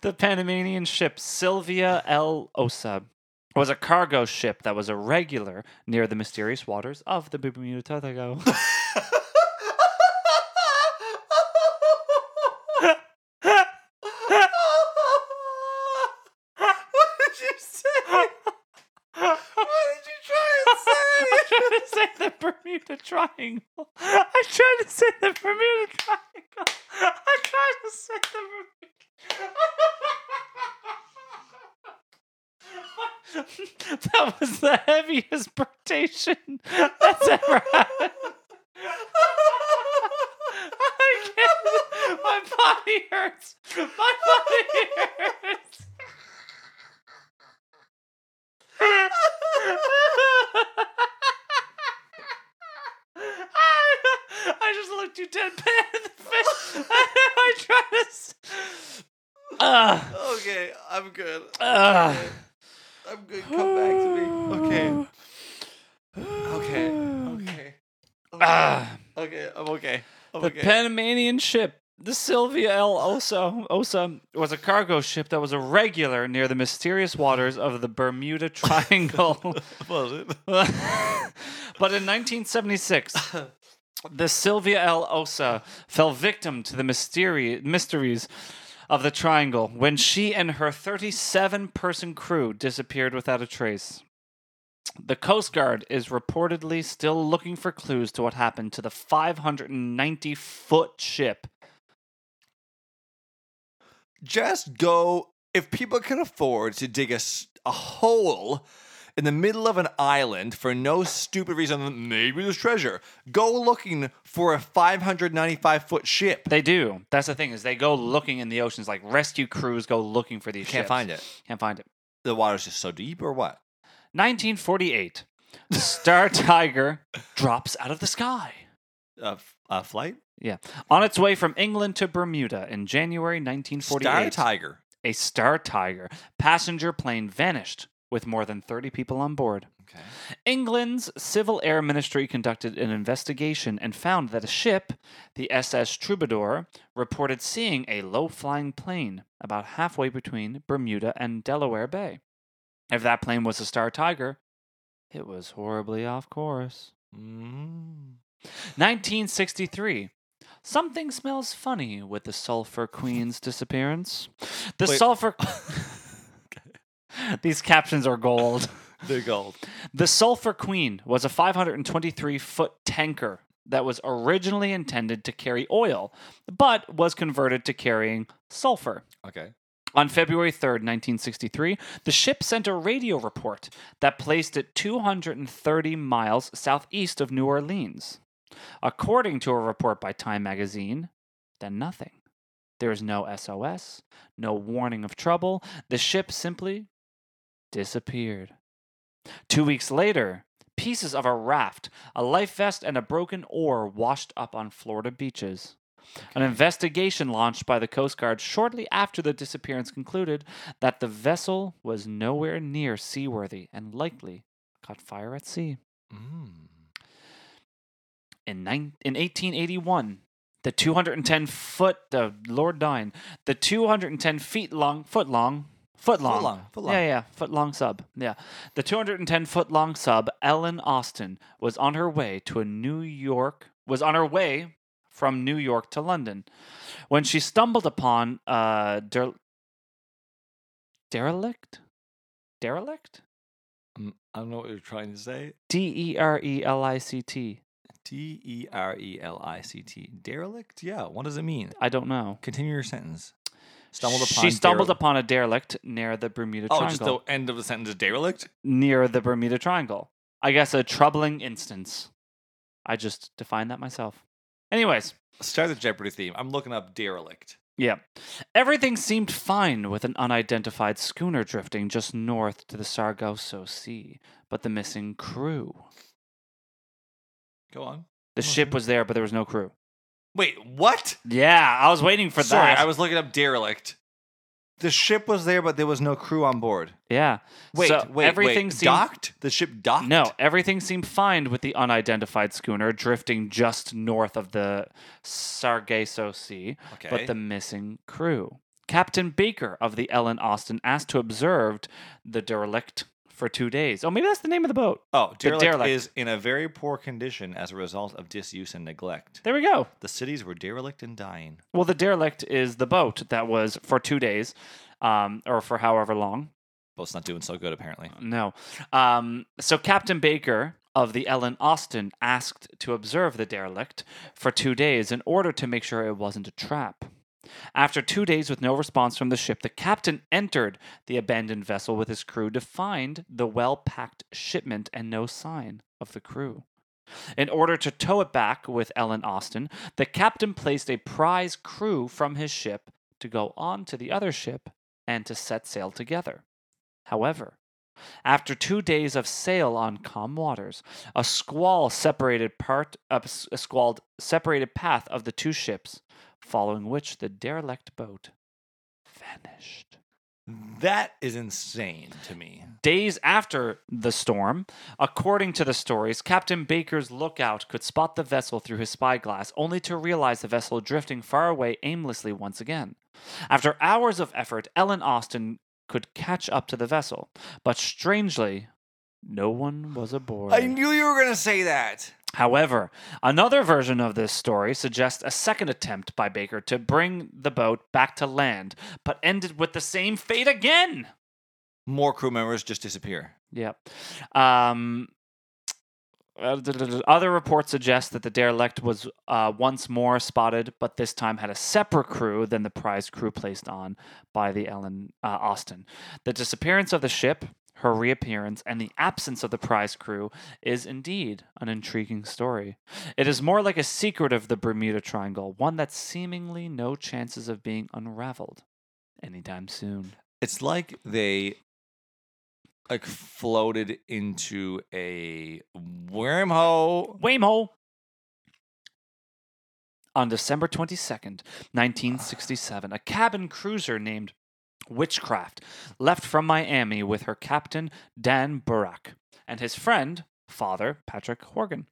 the Panamanian ship Sylvia El Osa was a cargo ship that was a regular near the mysterious waters of the Bermuda Triangle. did you say? did you I tried to say the Bermuda Triangle. I tried to say the Bermuda Triangle. I tried to say the Bermuda. that was the heaviest protation that's ever happened. I can't. My body hurts. My body hurts. I just looked you dead pan in the face. I tried to. s- Ah, Okay, I'm good. ah. I'm good. Come back to me. Okay. Okay. Okay. Okay. Ah, Okay. I'm okay. I'm the okay. Panamanian ship, the Sylvia L. Osa, Osa, was a cargo ship that was a regular near the mysterious waters of the Bermuda Triangle. Was it? but in 1976, the Sylvia L. Osa fell victim to the mystery, mysteries of the Triangle when she and her 37 person crew disappeared without a trace. The Coast Guard is reportedly still looking for clues to what happened to the 590 foot ship. Just go. If people can afford to dig a, s- a hole in the middle of an island for no stupid reason, maybe there's treasure, go looking for a 595 foot ship. They do. That's the thing is they go looking in the oceans like rescue crews go looking for these Can't ships. find it. Can't find it. The water's just so deep, or what? 1948. Star Tiger drops out of the sky. A, f- a flight? Yeah. On its way from England to Bermuda in January Star 1948, Tiger. a Star Tiger passenger plane vanished with more than 30 people on board. Okay. England's Civil Air Ministry conducted an investigation and found that a ship, the SS Troubadour, reported seeing a low flying plane about halfway between Bermuda and Delaware Bay. If that plane was a Star Tiger, it was horribly off course. Mm. 1963. Something smells funny with the Sulphur Queen's disappearance. The Wait. Sulphur. These captions are gold. They're gold. The Sulphur Queen was a 523 foot tanker that was originally intended to carry oil, but was converted to carrying sulfur. Okay. On February 3rd, 1963, the ship sent a radio report that placed it 230 miles southeast of New Orleans. According to a report by Time magazine, then nothing. There is no SOS, no warning of trouble. The ship simply disappeared. Two weeks later, pieces of a raft, a life vest, and a broken oar washed up on Florida beaches. An investigation launched by the Coast Guard shortly after the disappearance concluded that the vessel was nowhere near seaworthy and likely caught fire at sea. Mm. In, nine, in 1881, the 210 foot, the Lord Dine, the 210 feet long, foot long, foot long, long, foot long. yeah, yeah, foot long sub, yeah, the 210 foot long sub, Ellen Austin, was on her way to a New York, was on her way from New York to London, when she stumbled upon uh, der- derelict, derelict, Um, I don't know what you're trying to say. D E R E L I C T. D E R E L I C T. Derelict? Yeah. What does it mean? I don't know. Continue your sentence. Stumbled upon. She stumbled dere- upon a derelict near the Bermuda Oh, just Triangle. the end of the sentence is derelict? Near the Bermuda Triangle. I guess a troubling instance. I just defined that myself. Anyways, Start the Jeopardy theme. I'm looking up derelict. yeah. Everything seemed fine with an unidentified schooner drifting just north to the Sargasso Sea, but the missing crew. Go on. The ship was there, but there was no crew. Wait, what? Yeah, I was waiting for Sorry, that. I was looking up derelict. The ship was there, but there was no crew on board. yeah. Wait, So wait, everything wait. seemed docked? The ship docked? No, everything seemed fine with the unidentified schooner drifting just north of the Sargasso Sea, Okay. but the missing crew. Captain Baker of the Ellen Austin asked to observe the derelict for two days. Oh, maybe that's the name of the boat. Oh, derelict, derelict. is in a very poor condition as a result of disuse and neglect. There we go. The cities were derelict and dying. Well, the derelict is the boat that was for two days, um, or for however long. Well, it's not doing so good, apparently. No. Um, so Captain Baker of the Ellen Austin asked to observe the derelict for two days in order to make sure it wasn't a trap. After two days with no response from the ship, the captain entered the abandoned vessel with his crew to find the well packed shipment and no sign of the crew. In order to tow it back with Ellen Austin, the captain placed a prize crew from his ship to go on to the other ship and to set sail together. However, after two days of sail on calm waters, a squall separated part a s- a squalled separated path of the two ships, following which the derelict boat vanished. That is insane to me. Days after the storm, according to the stories, Captain Baker's lookout could spot the vessel through his spyglass, only to realize the vessel drifting far away aimlessly once again. After hours of effort, Ellen Austin could catch up to the vessel, but strangely, no one was aboard. I knew you were going to say that. However, another version of this story suggests a second attempt by Baker to bring the boat back to land, but ended with the same fate again. More crew members just disappear. Yep. Um, uh, d- d- d- other reports suggest that the derelict was uh, once more spotted, but this time had a separate crew than the prize crew placed on by the Ellen uh, Austin. The disappearance of the ship, her reappearance, and the absence of the prize crew is indeed an intriguing story. It is more like a secret of the Bermuda Triangle, one that seemingly no chances of being unraveled anytime soon. It's like they like floated into a wormhole. Waymo. On December 22nd, 1967, a cabin cruiser named Witchcraft left from Miami with her captain, Dan Burak, and his friend, Father Patrick Horgan.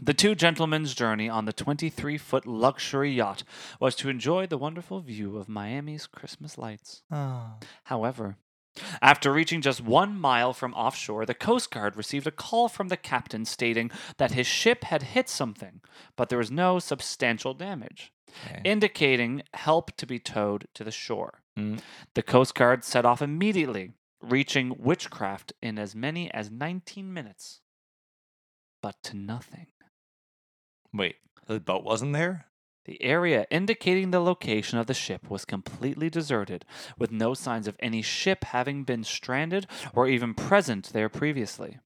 The two gentlemen's journey on the 23 foot luxury yacht was to enjoy the wonderful view of Miami's Christmas lights. Oh, However, after reaching just one mile from offshore, the Coast Guard received a call from the captain stating that his ship had hit something, but there was no substantial damage, Okay. indicating help to be towed to the shore. Mm. The Coast Guard set off immediately, reaching Witchcraft in as many as 19 minutes, but to nothing. Wait, the boat wasn't there? The area indicating the location of the ship was completely deserted, with no signs of any ship having been stranded or even present there previously.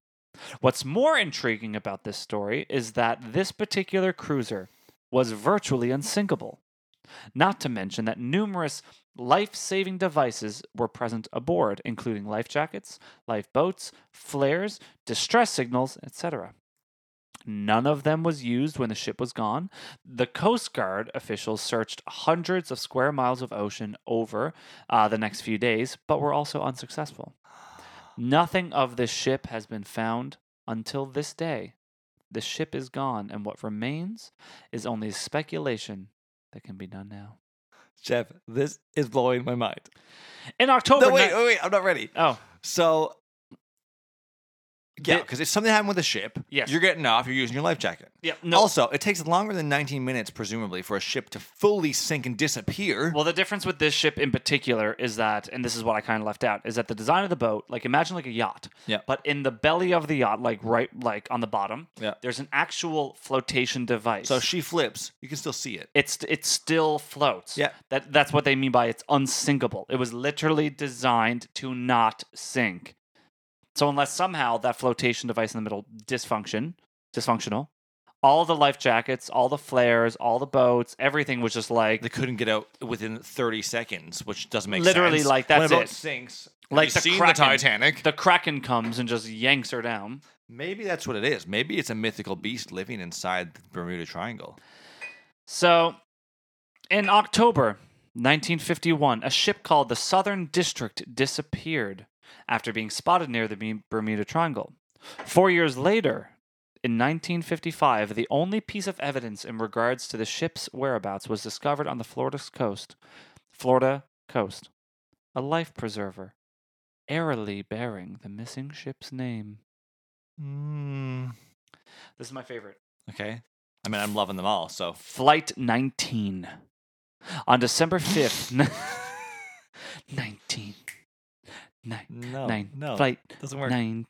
What's more intriguing about this story is that this particular cruiser was virtually unsinkable. Not to mention that numerous life saving devices were present aboard, including life jackets, lifeboats, flares, distress signals, etc. None of them was used when the ship was gone. The Coast Guard officials searched hundreds of square miles of ocean over uh, the next few days, but were also unsuccessful. Nothing of this ship has been found until this day. The ship is gone, and what remains is only speculation that can be done now. Jeff, this is blowing my mind. In October, no, wait, ni- wait, wait, I'm not ready. oh, So, yeah, Thi- because if something happened with the ship, Yes. you're getting off, you're using your life jacket. yeah, no. Also, it takes longer than 19 minutes, presumably, for a ship to fully sink and disappear. Well, the difference with this ship in particular is that, and this is what I kind of left out, is that the design of the boat, like imagine like a yacht, Yeah. but in the belly of the yacht, like right, like on the bottom, Yeah. there's an actual flotation device. so she flips, you can still see it. it's it still floats. Yeah. that that's what they mean by it's unsinkable. It was literally designed to not sink. So unless somehow that flotation device in the middle dysfunction, dysfunctional, all the life jackets, all the flares, all the boats, everything was just like They couldn't get out within 30 seconds, which doesn't make Literally, sense. like, when that's a boat it. sinks. Like Like the the, seen the Kraken. Titanic. the kraken comes and just yanks her down. Maybe that's what it is. Maybe it's a mythical beast living inside the Bermuda Triangle. So, in October 1951, a ship called the Southern District disappeared after being spotted near the Be- Bermuda Triangle. Four years later, in 1955, the only piece of evidence in regards to the ship's whereabouts was discovered on the Florida coast. Florida coast, a life preserver, airily bearing the missing ship's name. Hmm. Mm. This is my favorite. Okay. I mean, I'm loving them all. So Flight 19. On December 5th, n- 19. Nine, no, nine, no, Flight doesn't work. 19.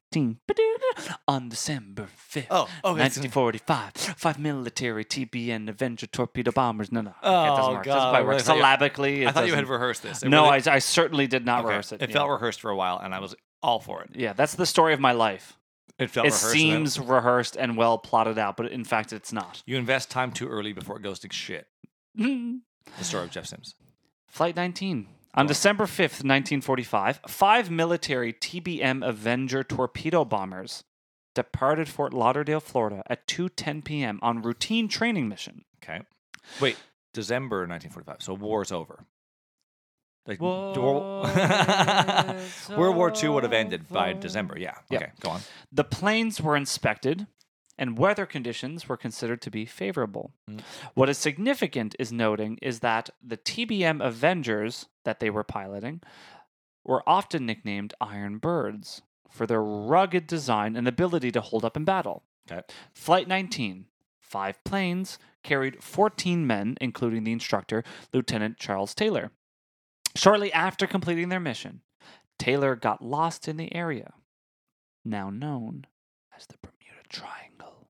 Ba-doo-doo. On December 5th. Oh, okay. 1945, five military TBN Avenger torpedo bombers. No, no, okay, it Oh, doesn't work. It doesn't God, quite I work. thought you- Syllabically, it I thought you had doesn't- rehearsed this. no, really- I, I certainly did not okay. rehearse it. It yeah. felt rehearsed for a while, and I was all for it. yeah, that's the story of my life. It felt it rehearsed. and then- seems rehearsed and well plotted out, but in fact, it's not. you invest time too early before it goes to shit. Mm. The story of Jeff Sims. Flight 19. Go On on. December 5th, 1945, five military TBM Avenger torpedo bombers departed Fort Lauderdale, Florida at 2:10 p.m. on routine training mission. Okay. Wait, December 1945. So war's over. Like, war- War's World War II would have ended by over. December. Yeah. Yeah. Okay. Go on. The planes were inspected, and weather conditions were considered to be favorable. Mm. What is significant is noting is that the TBM Avengers that they were piloting were often nicknamed Iron Birds for their rugged design and ability to hold up in battle. Okay. Flight 19, five planes, carried 14 men, including the instructor, Lieutenant Charles Taylor. Shortly after completing their mission, Taylor got lost in the area, now known as the Bermuda Triangle.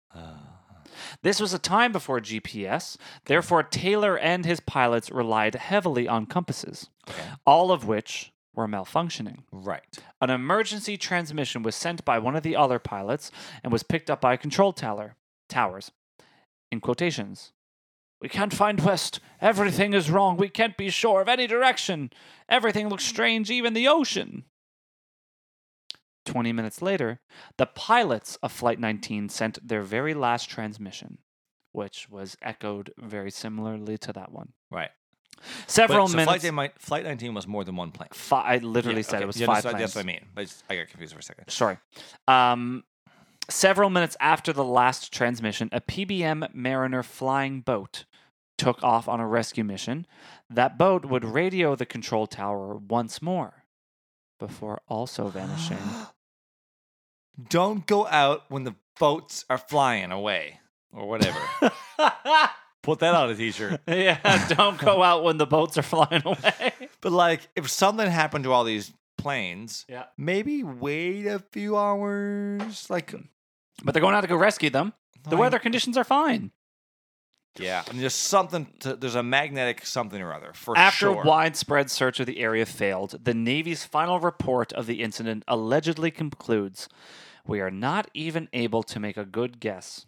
This was a time before GPS, therefore, Taylor and his pilots relied heavily on compasses, okay. all of which were malfunctioning. Right. An emergency transmission was sent by one of the other pilots and was picked up by a control tower. Towers. In quotations. We can't find West. Everything is wrong. We can't be sure of any direction. Everything looks strange, even the ocean. 20 minutes later, the pilots of Flight 19 sent their very last transmission, which was echoed very similarly to that one. Right. Several Wait, so minutes. Flight, 19 might- Flight 19 was more than one plane. fi- I literally Yeah, said okay. it was Yeah, five that's, what- planes. That's what I mean. I, just, I got confused for a second. Sorry. Um, several minutes after the last transmission, a PBM Mariner flying boat took off on a rescue mission. That boat would radio the control tower once more before also vanishing. Don't go out when the boats are flying away or whatever. Put that on a t shirt. yeah, don't go out when the boats are flying away. But like, if something happened to all these planes, Yeah. maybe wait a few hours. Like But they're going out to go rescue them. Mm. The like- weather conditions are fine. Yeah, I mean, there's something. To, there's a magnetic something or other for After sure. widespread search of the area failed, the Navy's final report of the incident allegedly concludes we are not even able to make a good guess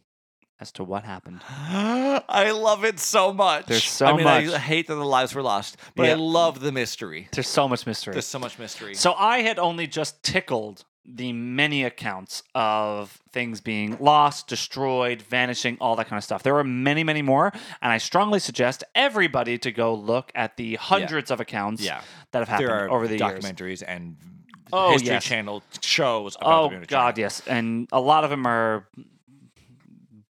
as to what happened. I love it so much. There's so I mean, I much. hate that the lives were lost, but I Yeah. love the mystery. There's so much mystery. There's so much mystery. So I had only just tickled the many accounts of things being lost, destroyed, vanishing, all that kind of stuff. There were many, many more, and I strongly suggest everybody to go look at the hundreds of accounts yeah, that have happened there are over the years. documentaries and Oh, History yes. Channel shows. About Oh the Bermuda God, Triangle. yes, and a lot of them are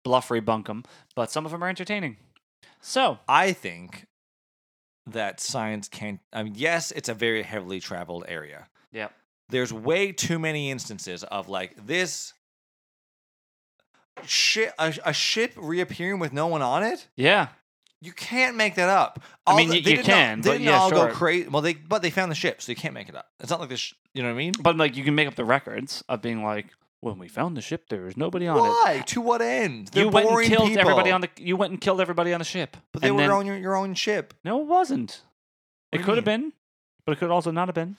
bluffery bunkum, but some of them are entertaining. So I think that science can't. I mean, yes, it's a very heavily traveled area. yeah, there's way too many instances of like this ship a, a ship reappearing with no one on it yeah, you can't make that up I mean, the- you- they you didn't can, all, they but didn't yeah, all sure. go crazy well they but they found the ship so you can't make it up it's not like this sh- you know what i mean but like you can make up the records of being like, when we found the ship, there was nobody on it. why to what end They're you went and boring killed people. everybody on the. You went and killed everybody on the ship. but they and were then- on your, your own ship No, it wasn't. What do it you could have been, but it could also not have been.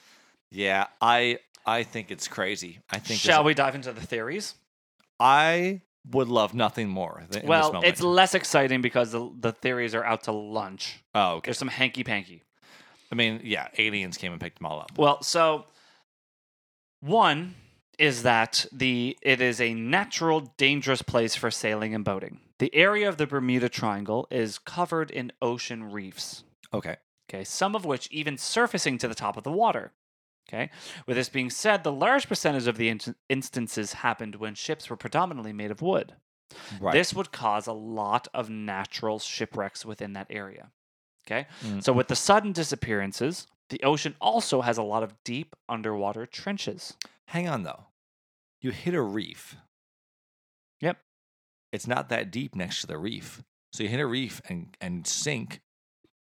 yeah i i think it's crazy i think Shall there's- we dive into the theories? i would love nothing more than in this well, moment. it's less exciting because the, the theories are out to lunch. oh okay There's some hanky panky. i mean yeah aliens came and picked them all up Well, so one is that the it is a natural dangerous place for sailing and boating. The area of the Bermuda Triangle is covered in ocean reefs, okay okay, some of which even surfacing to the top of the water. Okay. With this being said, the large percentage of the in- instances happened when ships were predominantly made of wood. right This would cause a lot of natural shipwrecks within that area. Okay. Mm. So, with the sudden disappearances, The ocean also has a lot of deep underwater trenches. Hang on though. You hit a reef. Yep. It's not that deep next to the reef. So you hit a reef and, and sink.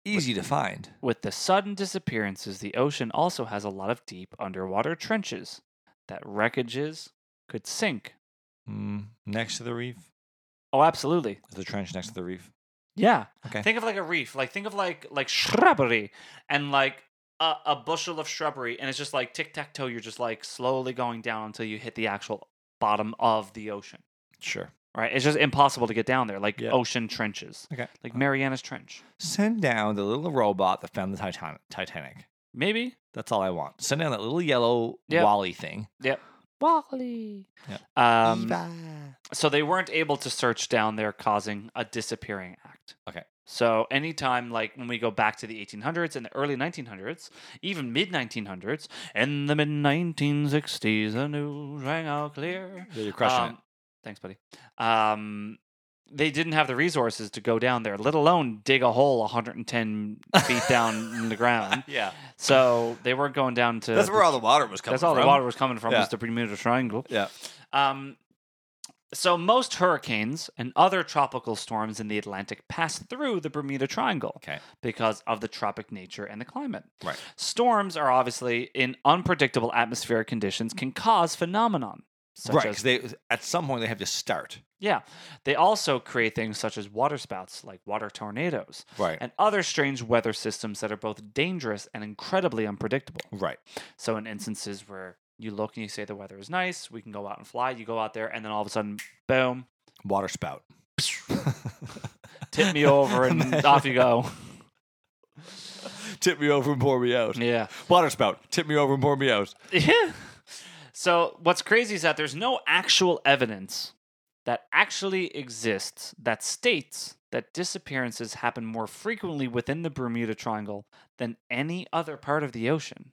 Easy to find. With the sudden disappearances, the ocean also has a lot of deep underwater trenches that wreckages could sink. Mm, next to the reef? Oh, absolutely. Is the trench next to the reef? Yeah. Okay. Think of like a reef. Like think of like like shrubbery and like a, a bushel of shrubbery, and it's just like tic tac toe. You're just like slowly going down until you hit the actual bottom of the ocean. Sure. Right. It's just impossible to get down there. Like Yeah. ocean trenches, Okay. Uh-huh. like Mariana's Trench. Send down the little robot that found the Titan- Titanic. Maybe. That's all I want. Send down that little yellow Yep. Wally thing. Wally. Yeah. Um, so they weren't able to search down there causing a disappearing act Okay. so anytime like when we go back to the 1800s and the early 1900s even mid 1900s in the mid 1960s the news rang out clear Yeah, you're crushing Um, thanks buddy um they didn't have the resources to go down there let alone dig a hole 110 feet down in the ground it. Yeah. so they weren't going down to That's the where all the water was coming that's all from. the water was coming from Yeah. was the Bermuda Triangle. Yeah. Um, so most hurricanes and other tropical storms in the Atlantic pass through the Bermuda Triangle Okay. because of the tropic nature and the climate. Right. Storms are obviously in unpredictable atmospheric conditions can cause phenomenon such right. Because as they at some point they have to start. yeah. They also create things such as water spouts like water tornadoes Right. and other strange weather systems that are both dangerous and incredibly unpredictable. right. So in instances where you look and you say the weather is nice, we can go out and fly. You go out there, and then all of a sudden, boom, Water spout. tip me over, and Imagine- off you go. Tip me over and pour me out. Yeah. Water spout. Tip me over and pour me out. so what's crazy is that there's no actual evidence that actually exists that states that disappearances happen more frequently within the Bermuda Triangle than any other part of the ocean.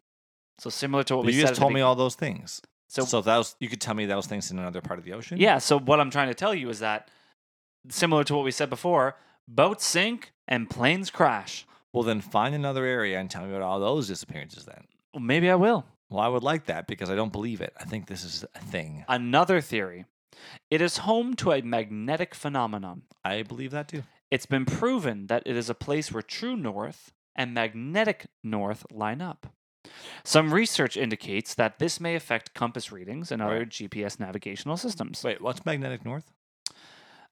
So similar to what But we you said just at the told me begin- all those things. So, So if that was you could tell me those things in another part of the ocean. Yeah, so what I'm trying to tell you is that similar to what we said before, boats sink and planes crash. Well, then find another area and tell me about all those disappearances. Then. Well, Maybe I will. Well, I would like that because I don't believe it. I think this is a thing. Another theory. It is home to a magnetic phenomenon. I believe that too. It's been proven that it is a place where true north and magnetic north line up. Some research indicates that this may affect compass readings and other Right. GPS navigational systems. Wait, what's magnetic north?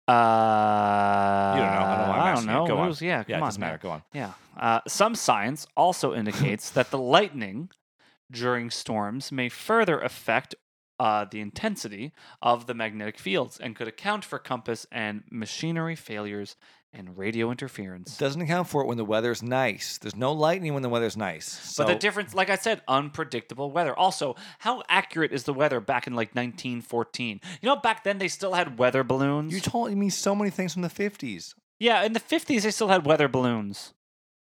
Uh, You you don't know. I don't know why I'm Uh, I don't asking you. know. Go on. Who's- Yeah, come yeah, it on, doesn't man. matter. Go on. Yeah. Uh, some science also indicates that the lightning during storms may further affect uh, the intensity of the magnetic fields and could account for compass and machinery failures and radio interference. Doesn't account for it when the weather's nice. There's no lightning when the weather's nice. So but the difference, like I said, unpredictable weather. Also, how accurate is the weather back in like 1914? You know, back then they still had weather balloons. you told me so many things from the 50s. yeah, in the 50s they still had weather balloons.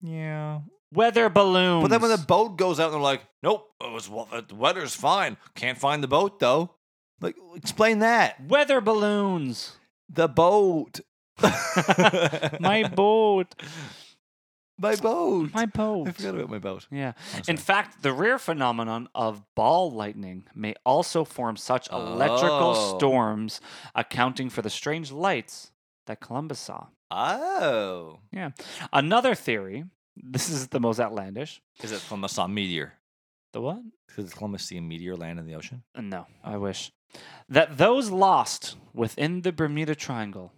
Yeah. Weather balloons. But then when the boat goes out, and they're like, "Nope, it was wa- uh, the weather's fine. Can't find the boat though." Like, explain that. weather balloons. The boat. my boat. my boat. My boat. I forgot about my boat. Yeah. I'm In sorry. fact, the rare phenomenon of ball lightning may also form such electrical Oh. storms, accounting for the strange lights that Columbus saw. oh, Another theory, this is the most outlandish. is it Columbus saw a meteor? The what? Did Columbus see a meteor land in the ocean? Uh, No, I wish. That those lost within the Bermuda Triangle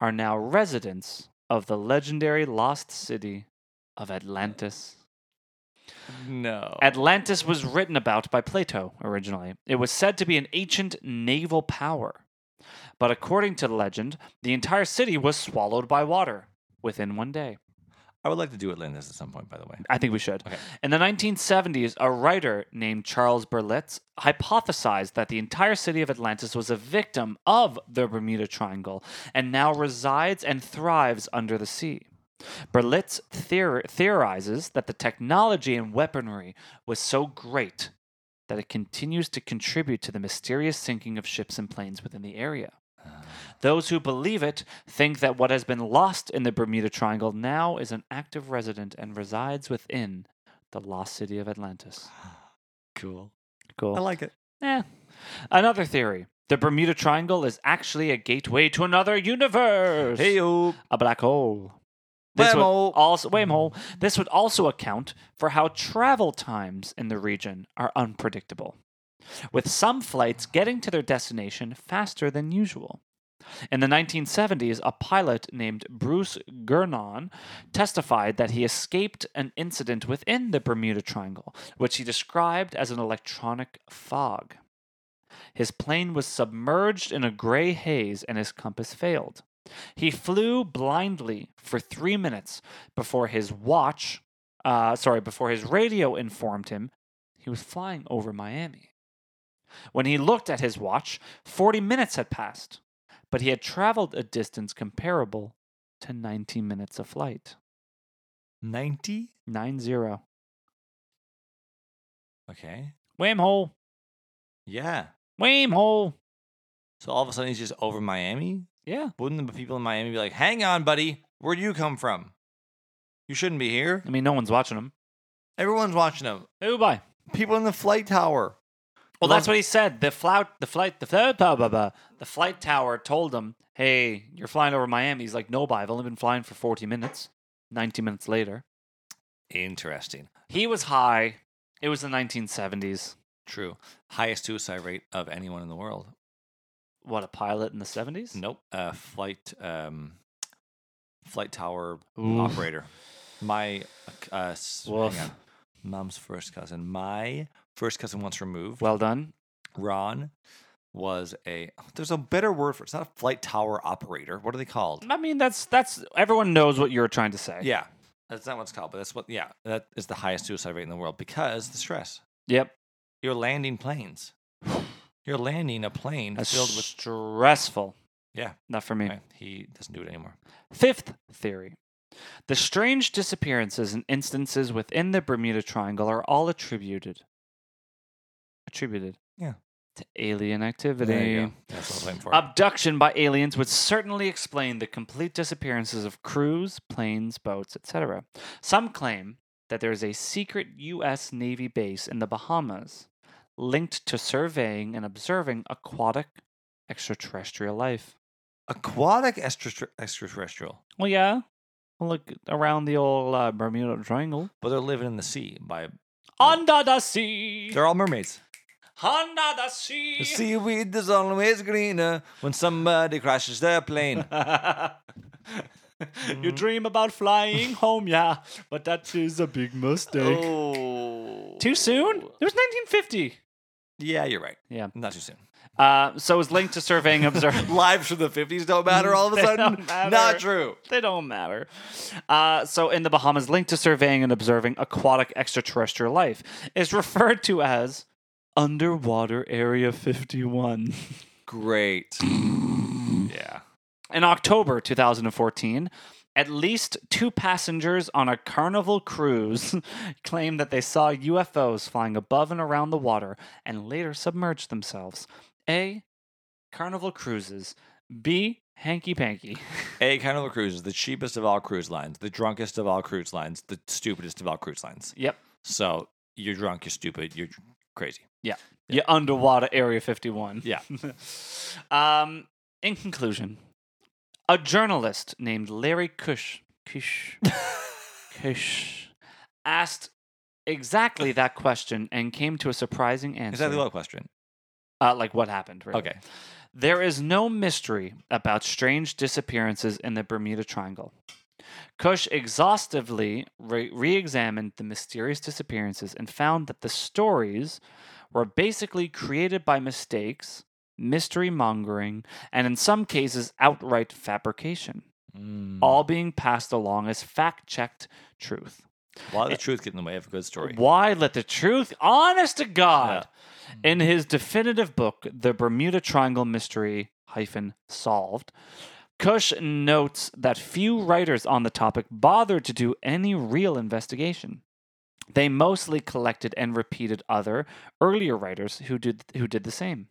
are now residents of the legendary lost city of Atlantis. No. Atlantis was written about by Plato originally. It was said to be an ancient naval power. But according to legend, the entire city was swallowed by water within one day. I would like to do Atlantis at some point, by the way. I think we should. Okay. In the 1970s, a writer named Charles Berlitz hypothesized that the entire city of Atlantis was a victim of the Bermuda Triangle and now resides and thrives under the sea. Berlitz theor- theorizes that the technology and weaponry was so great that it continues to contribute to the mysterious sinking of ships and planes within the area. Those who believe it think that what has been lost in the Bermuda Triangle now is an active resident and resides within The Lost City of Atlantis. Cool. Cool. I like it. Eh. Another theory. The Bermuda Triangle is actually a gateway to another universe. Hey, yo. a black hole. This would Wormhole. also wormhole. This would also account for how travel times in the region are unpredictable, with some flights getting to their destination faster than usual. In the 1970s, a pilot named Bruce Gernon testified that he escaped an incident within the Bermuda Triangle, which he described as an electronic fog. His plane was submerged in a gray haze and his compass failed. He flew blindly for three minutes before his watch, uh, sorry, before his radio informed him he was flying over Miami. When he looked at his watch, 40 minutes had passed, but he had traveled a distance comparable to 90 minutes of flight. 90? Nine zero. Okay. Whamhole. Yeah. Whamhole. So all of a sudden he's just over Miami? Yeah. Wouldn't the people in Miami be like, hang on, buddy, where'd you come from? You shouldn't be here. I mean, no one's watching him. Everyone's watching him. Who by? People in the flight tower. Well, Love- that's what he said. The flight, the flight, the flight, blah, blah, blah. the flight tower told him, "Hey, you're flying over Miami." He's like, "No, but I've only been flying for 40 minutes." 90 minutes later, Interesting. he was high. It was the 1970s. True. Highest suicide rate of anyone in the world. What a pilot in the 70s. Nope. Uh, flight um, flight tower Oof. operator. My uh, s- hang Woof. on. mom's first cousin. My first cousin once removed. Well done. Ron was a. oh, There's a better word for it. It's not a flight tower operator. What are they called? I mean, that's that's everyone knows what you're trying to say. Yeah, that's not what it's called, but that's what. Yeah, that is the highest suicide rate in the world because the stress. Yep. You're landing planes. You're landing a plane That's filled with. stressful. Yeah. Not for me. Right, He doesn't do it anymore. Fifth theory The strange disappearances and instances within the Bermuda Triangle are all attributed. Attributed. Yeah. To alien activity. There you go. That's what I'm for. Abduction by aliens would certainly explain the complete disappearances of crews, planes, boats, etc. Some claim that there is a secret U.S. Navy base in the Bahamas linked to surveying and observing aquatic extraterrestrial life. Aquatic extra- extraterrestrial. Well, yeah. Well, look around the old uh, Bermuda Triangle. But they're living in the sea. By Under the sea. they're all mermaids. Under the sea. The seaweed is always greener when somebody crashes their plane. you dream about flying home, yeah, but that is a big mistake. oh, Too soon? It was 1950. Yeah, you're right. Yeah. Not too soon. Uh, so it's linked to surveying observing. Lives from the 50s don't matter all of a They sudden. don't matter. Not true. they don't matter. Uh, so, in the Bahamas, linked to surveying and observing aquatic extraterrestrial life is referred to as Underwater Area 51. Great. yeah. In October 2014, at least two passengers on a carnival cruise claimed that they saw UFOs flying above and around the water and later submerged themselves. A. Carnival cruises. B. Hanky panky. A Carnival Cruise is the cheapest of all cruise lines, the drunkest of all cruise lines, the stupidest of all cruise lines. Yep. So you're drunk, you're stupid, you're crazy. Your underwater Area 51. Yeah. um, in conclusion, a journalist named Larry Kush, Kush, Kush asked exactly that question and came to a surprising answer. Exactly what question? Uh, like what happened. Really. Okay. There is no mystery about strange disappearances in the Bermuda Triangle. Cush exhaustively re examined the mysterious disappearances and found that the stories were basically created by mistakes, mystery mongering, and in some cases, outright fabrication, Mm. all being passed along as fact checked truth. Why did the truth get in the way of a good story? Why let the truth, honest to God, in his definitive book, The Bermuda Triangle Mystery hyphen solved, Cush notes that few writers on the topic bothered to do any real investigation. They mostly collected and repeated other earlier writers who did who did the same.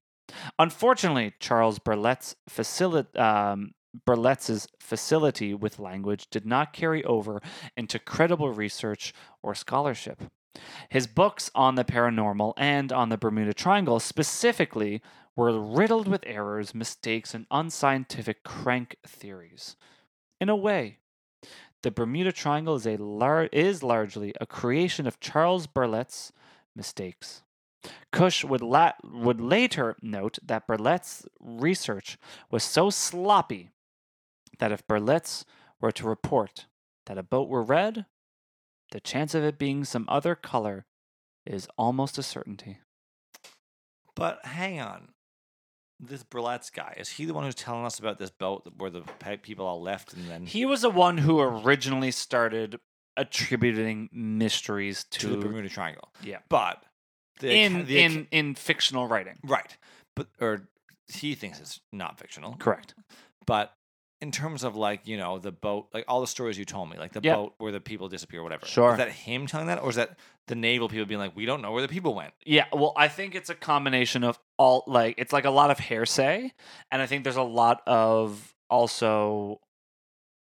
Unfortunately, Charles Burlett's facility. Um, Burlett's facility with language did not carry over into credible research or scholarship. His books on the paranormal and on the Bermuda Triangle specifically were riddled with errors, mistakes, and unscientific crank theories. In a way, the Bermuda Triangle is a lar- is largely a creation of Charles Burlett's mistakes. Cush would la- would later note that Burlett's research was so sloppy that if Burlett's were to report that a boat were red, the chance of it being some other color is almost a certainty. But hang on. This Burlett's guy, is he the one who's telling us about this boat that- where the pe- people all left and then He was the one who originally started attributing mysteries to, to the Bermuda Triangle? yeah But the, in the- in in fictional writing. right, but or he thinks it's not fictional. Correct. But in terms of like you know the boat, like all the stories you told me, like the Yeah. boat where the people disappear, whatever. Sure. Is that him telling that, or is that the naval people being like, we don't know where the people went? Yeah, well, I think it's a combination of all like it's like a lot of hearsay, and I think there's a lot of also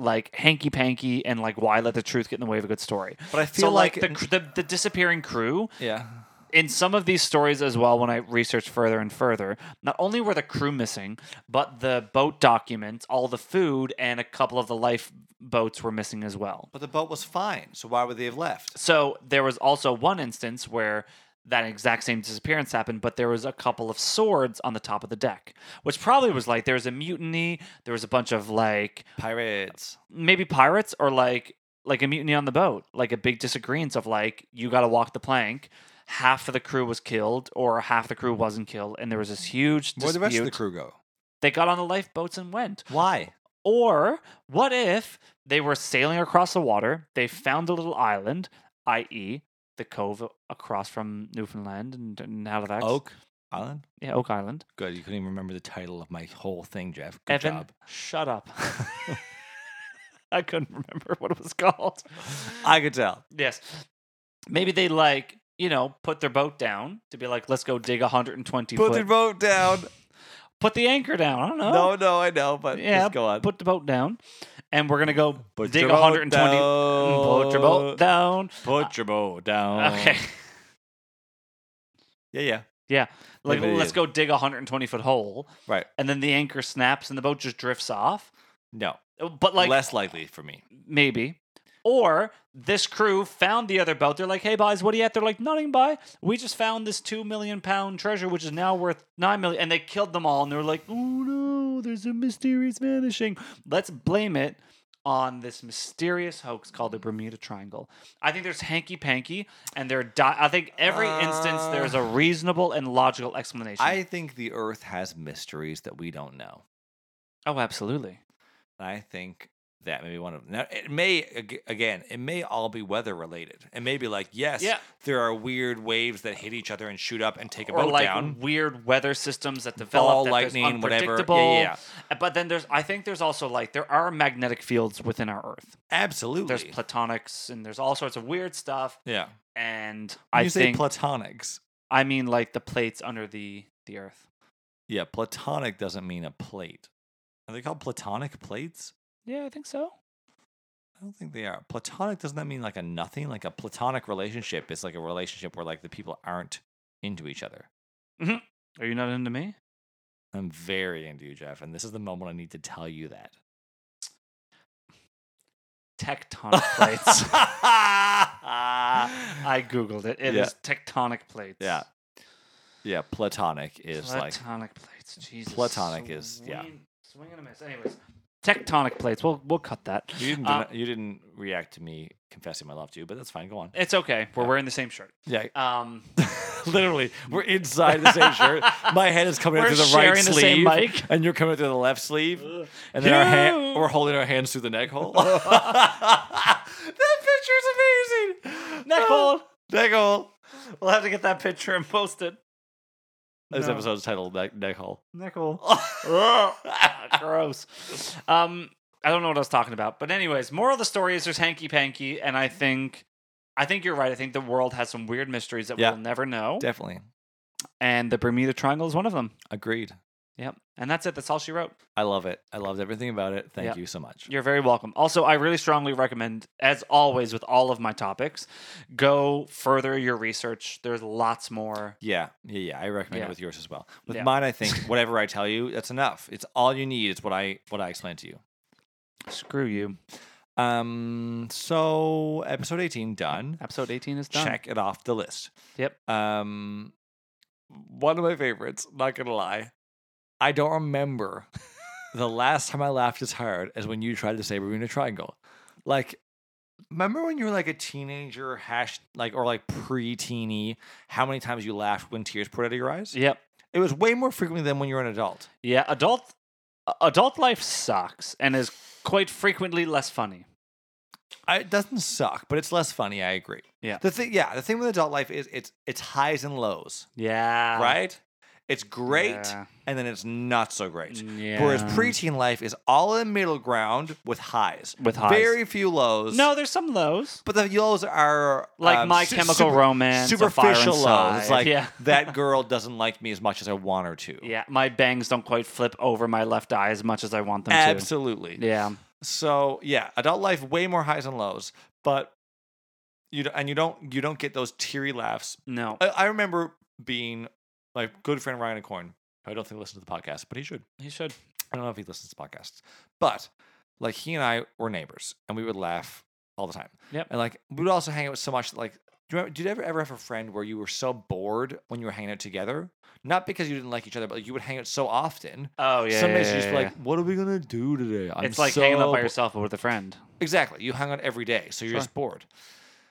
like hanky panky and like why let the truth get in the way of a good story. But I So feel like, like, the, cr- the the disappearing crew yeah, in some of these stories as well. When I researched further and further, not only were the crew missing, but the boat documents, all the food, and a couple of the lifeboats were missing as well. but the boat was fine, so why would they have left? So there was also one instance where that exact same disappearance happened, but there was a couple of swords on the top of the deck, which probably was like there was a mutiny. There was a bunch of like Pirates. maybe pirates or like like a mutiny on the boat, like a big disagreement of like you got to walk the plank. Half of the crew was killed, or half the crew wasn't killed, and there was this huge dispute. Where'd the rest of the crew go? They got on the lifeboats and went. Why? Or what if they were sailing across the water? They found a little island, i.e., the cove across from Newfoundland and, and Halifax. Oak Island. Yeah, Oak Island. Good. You couldn't even remember the title of my whole thing, Jeff. Good Evan, job. shut up. I couldn't remember what it was called. I could tell. Yes. Maybe they like, you know, put their boat down to be like, let's go dig 120 Put foot. the boat down. put the anchor down. I don't know. No, no, I know, but Yeah, just go on. Put the boat down. And we're going to go Put dig your boat 120. Put your boat down. Oh. down. Put your boat down. Okay. Yeah, yeah. Like, Maybe it let's is. go dig a 120 foot hole. Right. And then the anchor snaps and the boat just drifts off. No, But, like, less likely for me. maybe. Or this crew found the other boat. They're like, hey, guys, what are you at? They're like, nothing, bye. We just found this two million pound treasure, which is now worth nine million. And they killed them all. And they're like, oh no, there's a mysterious vanishing. Let's blame it on this mysterious hoax called the Bermuda Triangle. I think there's hanky panky, and there. Di- I think every instance Uh, there's a reasonable and logical explanation. I think the Earth has mysteries that we don't know. oh, absolutely. And I think that may be one of them. Now, it may, ag- again, it may all be weather related. It may be like, yes, Yeah. there are weird waves that hit each other and shoot up and take a or boat like down. weird weather systems that develop Ball, that there's lightning, whatever. Yeah, unpredictable. yeah, yeah. Uh, But then there's, I think there's also like there are magnetic fields within our Earth. Absolutely. There's platonics and there's all sorts of weird stuff. yeah. And When I you say think platonics. I mean like the plates under the the Earth. Yeah, platonic doesn't mean a plate. Are they called platonic plates? Yeah, I think so. I don't think they are. Platonic doesn't that mean like a nothing? Like a platonic relationship is like a relationship where like the people aren't into each other. Are you not into me? I'm very into you, Jeff, and this is the moment I need to tell you that. Tectonic plates. I googled it. It is Yeah. tectonic plates. Yeah, yeah, platonic is like platonic plates. Jesus. Platonic is- yeah. Swing- Swing and a miss. Anyways, tectonic plates. We'll we'll cut that. you didn't Uh, deny- you didn't react to me confessing my love to you, but that's fine. Go on. It's okay. We're Yeah. wearing the same shirt. Yeah, Um, literally, we're inside the same shirt. My head is coming out We're through the right sharing the sleeve, same mic. and you're coming out through the left sleeve. And then our hand, Ew. we're holding our hands through the neck hole. that picture is amazing. Neck hole. Neck hole. we'll have to get that picture and post it. This No. episode's titled Neck, neck Hole. Neck hole. Ah, Gross. Um, I don't know what I was talking about, but anyways, moral of the story is there's hanky panky, and I think, I think you're right. I think the world has some weird mysteries that Yeah. we'll never know, Definitely. and the Bermuda Triangle is one of them. Agreed. Yep. And that's it. That's all she wrote. I love it. I loved everything about it. Thank Yeah. you so much. You're very welcome. Also, I really strongly recommend, as always with all of my topics, go further your research. There's lots more. Yeah, yeah, yeah. I recommend Yeah. it with yours as well. With Yeah. mine, I think whatever I tell you, that's enough. It's all you need. It's what I what I explained to you. Screw you. Um. So episode eighteen done. Episode 18 is done. Check it off the list. Yep. Um. One of my favorites. Not gonna lie, I don't remember the last time I laughed as hard as when you tried to say Bermuda Triangle. Like, remember when you were like a teenager, hash like or like pre-teeny? How many times you laughed when tears poured out of your eyes? Yep. It was way more frequently than when you're an adult. Yeah. Adult uh, adult life sucks and is quite frequently less funny. I, it doesn't suck, but it's less funny. I agree. Yeah. The thing, yeah, the thing with adult life is it's it's highs and lows, Yeah. right? It's great, Yeah. and then it's not so great. Yeah. Whereas preteen life is all in the middle ground with highs, With highs. very few lows. No, there's some lows. but the lows are Like um, My su- Chemical super- Romance. A Fire superficial Inside. lows. Like yeah. that girl doesn't like me as much as I want her to. Yeah. My bangs don't quite flip over my left eye as much as I want them Absolutely. to. Yeah. So yeah, adult life way more highs and lows, but you d- and you don't you don't get those teary laughs. No. I, I remember being my good friend Ryan Acorn. who I don't think listens to the podcast, but he should. He should. I don't know if he listens to podcasts, but like he and I were neighbors, and we would laugh all the time. Yep. And like we would also hang out so much. Like, do you remember, did you ever ever have a friend where you were so bored when you were hanging out together? Not because you didn't like each other, but like, you would hang out so often. Oh yeah. Some yeah, days you yeah, just be yeah. like, "What are we gonna do today?" I'm it's like hanging out so by bo- yourself or with a friend. Exactly. You hung out every day, so you're Sure. just bored.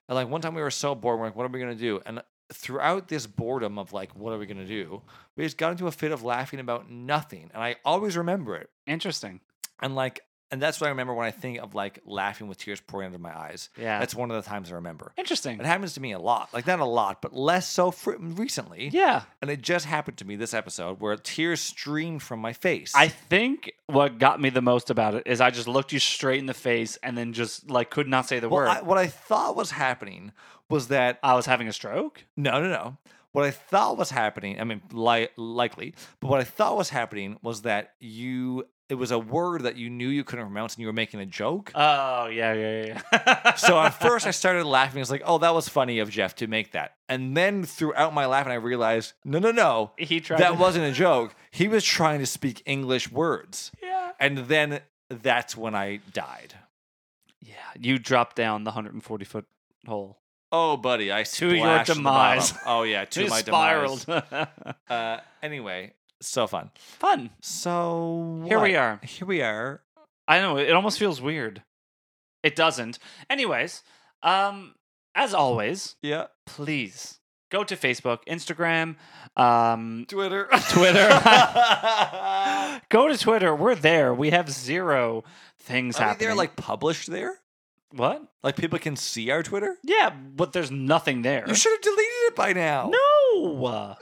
And like one time we were so bored, we're like, what are we gonna do? And uh, throughout this boredom of like, what are we gonna do? We just got into a fit of laughing about nothing. And I always remember it. Interesting. And like, and that's what I remember when I think of like laughing with tears pouring out of my eyes. Yeah. That's one of the times I remember. interesting. It happens to me a lot, like not a lot, but less so fr- recently. Yeah. And it just happened to me this episode where tears streamed from my face. I think what got me the most about it is I just looked you straight in the face and then just like could not say the Well, word. I I, what I thought was happening was that was having a stroke. No, no, no. What I thought was happening, I mean, li- likely, but what I thought was happening was that you, it was a word that you knew you couldn't pronounce and you were making a joke. Oh yeah, yeah, yeah. so at first I started laughing. It's like, oh, that was funny of Jeff to make that. And then throughout my laugh, and I realized, no, no, no, he tried. that to- wasn't a joke. He was trying to speak English words. Yeah. And then that's when I died. Yeah. You dropped down the 140 foot hole. Oh, buddy, I To your splashed the demise. bottom. Oh, yeah, to You my spiraled. demise. Uh, anyway, so fun. Fun. So Here we what? are. Here we are. I know it almost feels weird. It doesn't. Anyways, um, as always, Yeah. please go to Facebook, Instagram, um, Twitter. Twitter. go to Twitter. We're there. We have zero things Are happening. they like published there? what? Like people can see our Twitter? Yeah, but there's nothing there. You should have deleted it by now. no.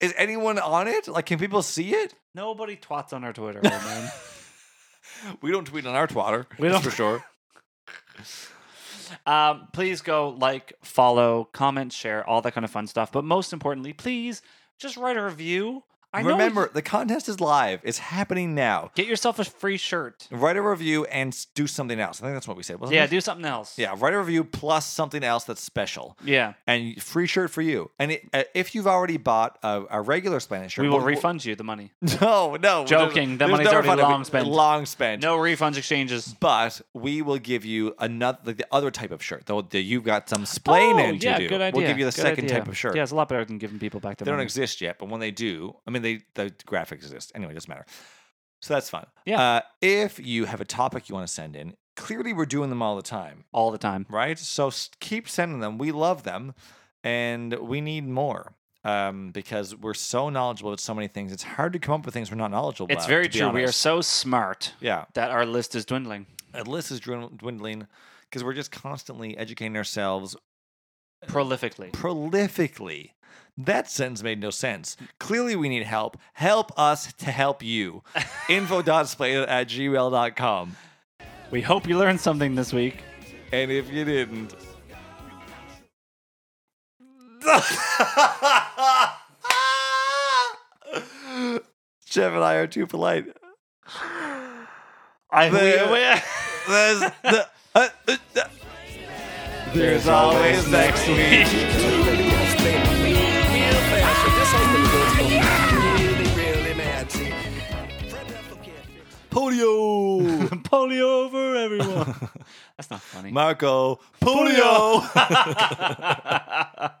Is anyone on it? Like, can people see it? Nobody twats on our Twitter, old man. We don't tweet on our Twitter. We that's don't- for sure. um, please go like, follow, comment, share, all that kind of fun stuff. But most importantly, please just write a review. I know Remember, the contest is live. It's happening now. Get yourself a free shirt. Write a review and s- do something else. I think that's what we said. Wasn't Yeah, it? do something else. yeah. Write a review plus something else that's special. Yeah. and free shirt for you. And it, uh, if you've already bought a, a regular Spanish shirt, We will we'll- refund you the money. No, no, Joking. That there's money's already refund. long spent. Long spent. No refunds exchanges. but we will give you another like the other type of shirt. Though that you've got some splaining Oh, yeah, to do. good idea. We'll give you the good second idea. type of shirt. Yeah, it's a lot better than giving people back their They don't money. exist yet, but when they do, I mean, they the graphics exist. Anyway, it doesn't matter. So that's fun. Yeah. Uh, if you have a topic you want to send in, clearly we're doing them all the time, all the time. right? So s- keep sending them. We love them, and we need more um, because we're so knowledgeable about so many things. It's hard to come up with things we're not knowledgeable. It's about, very to be true. We are honest. so smart yeah. that our list is dwindling. Our list is dwin- dwindling because we're just constantly educating ourselves prolifically. prolifically. That sentence made no sense. Clearly, we need help. Help us to help you. Info.splay at gmail.com. We hope you learned something this week. And if you didn't. Gemini are too polite. I There- we- There's the- uh, uh, uh, there's always next week. Polio. we polio over everyone. That's not funny. Marco Polio. Polio. Oh,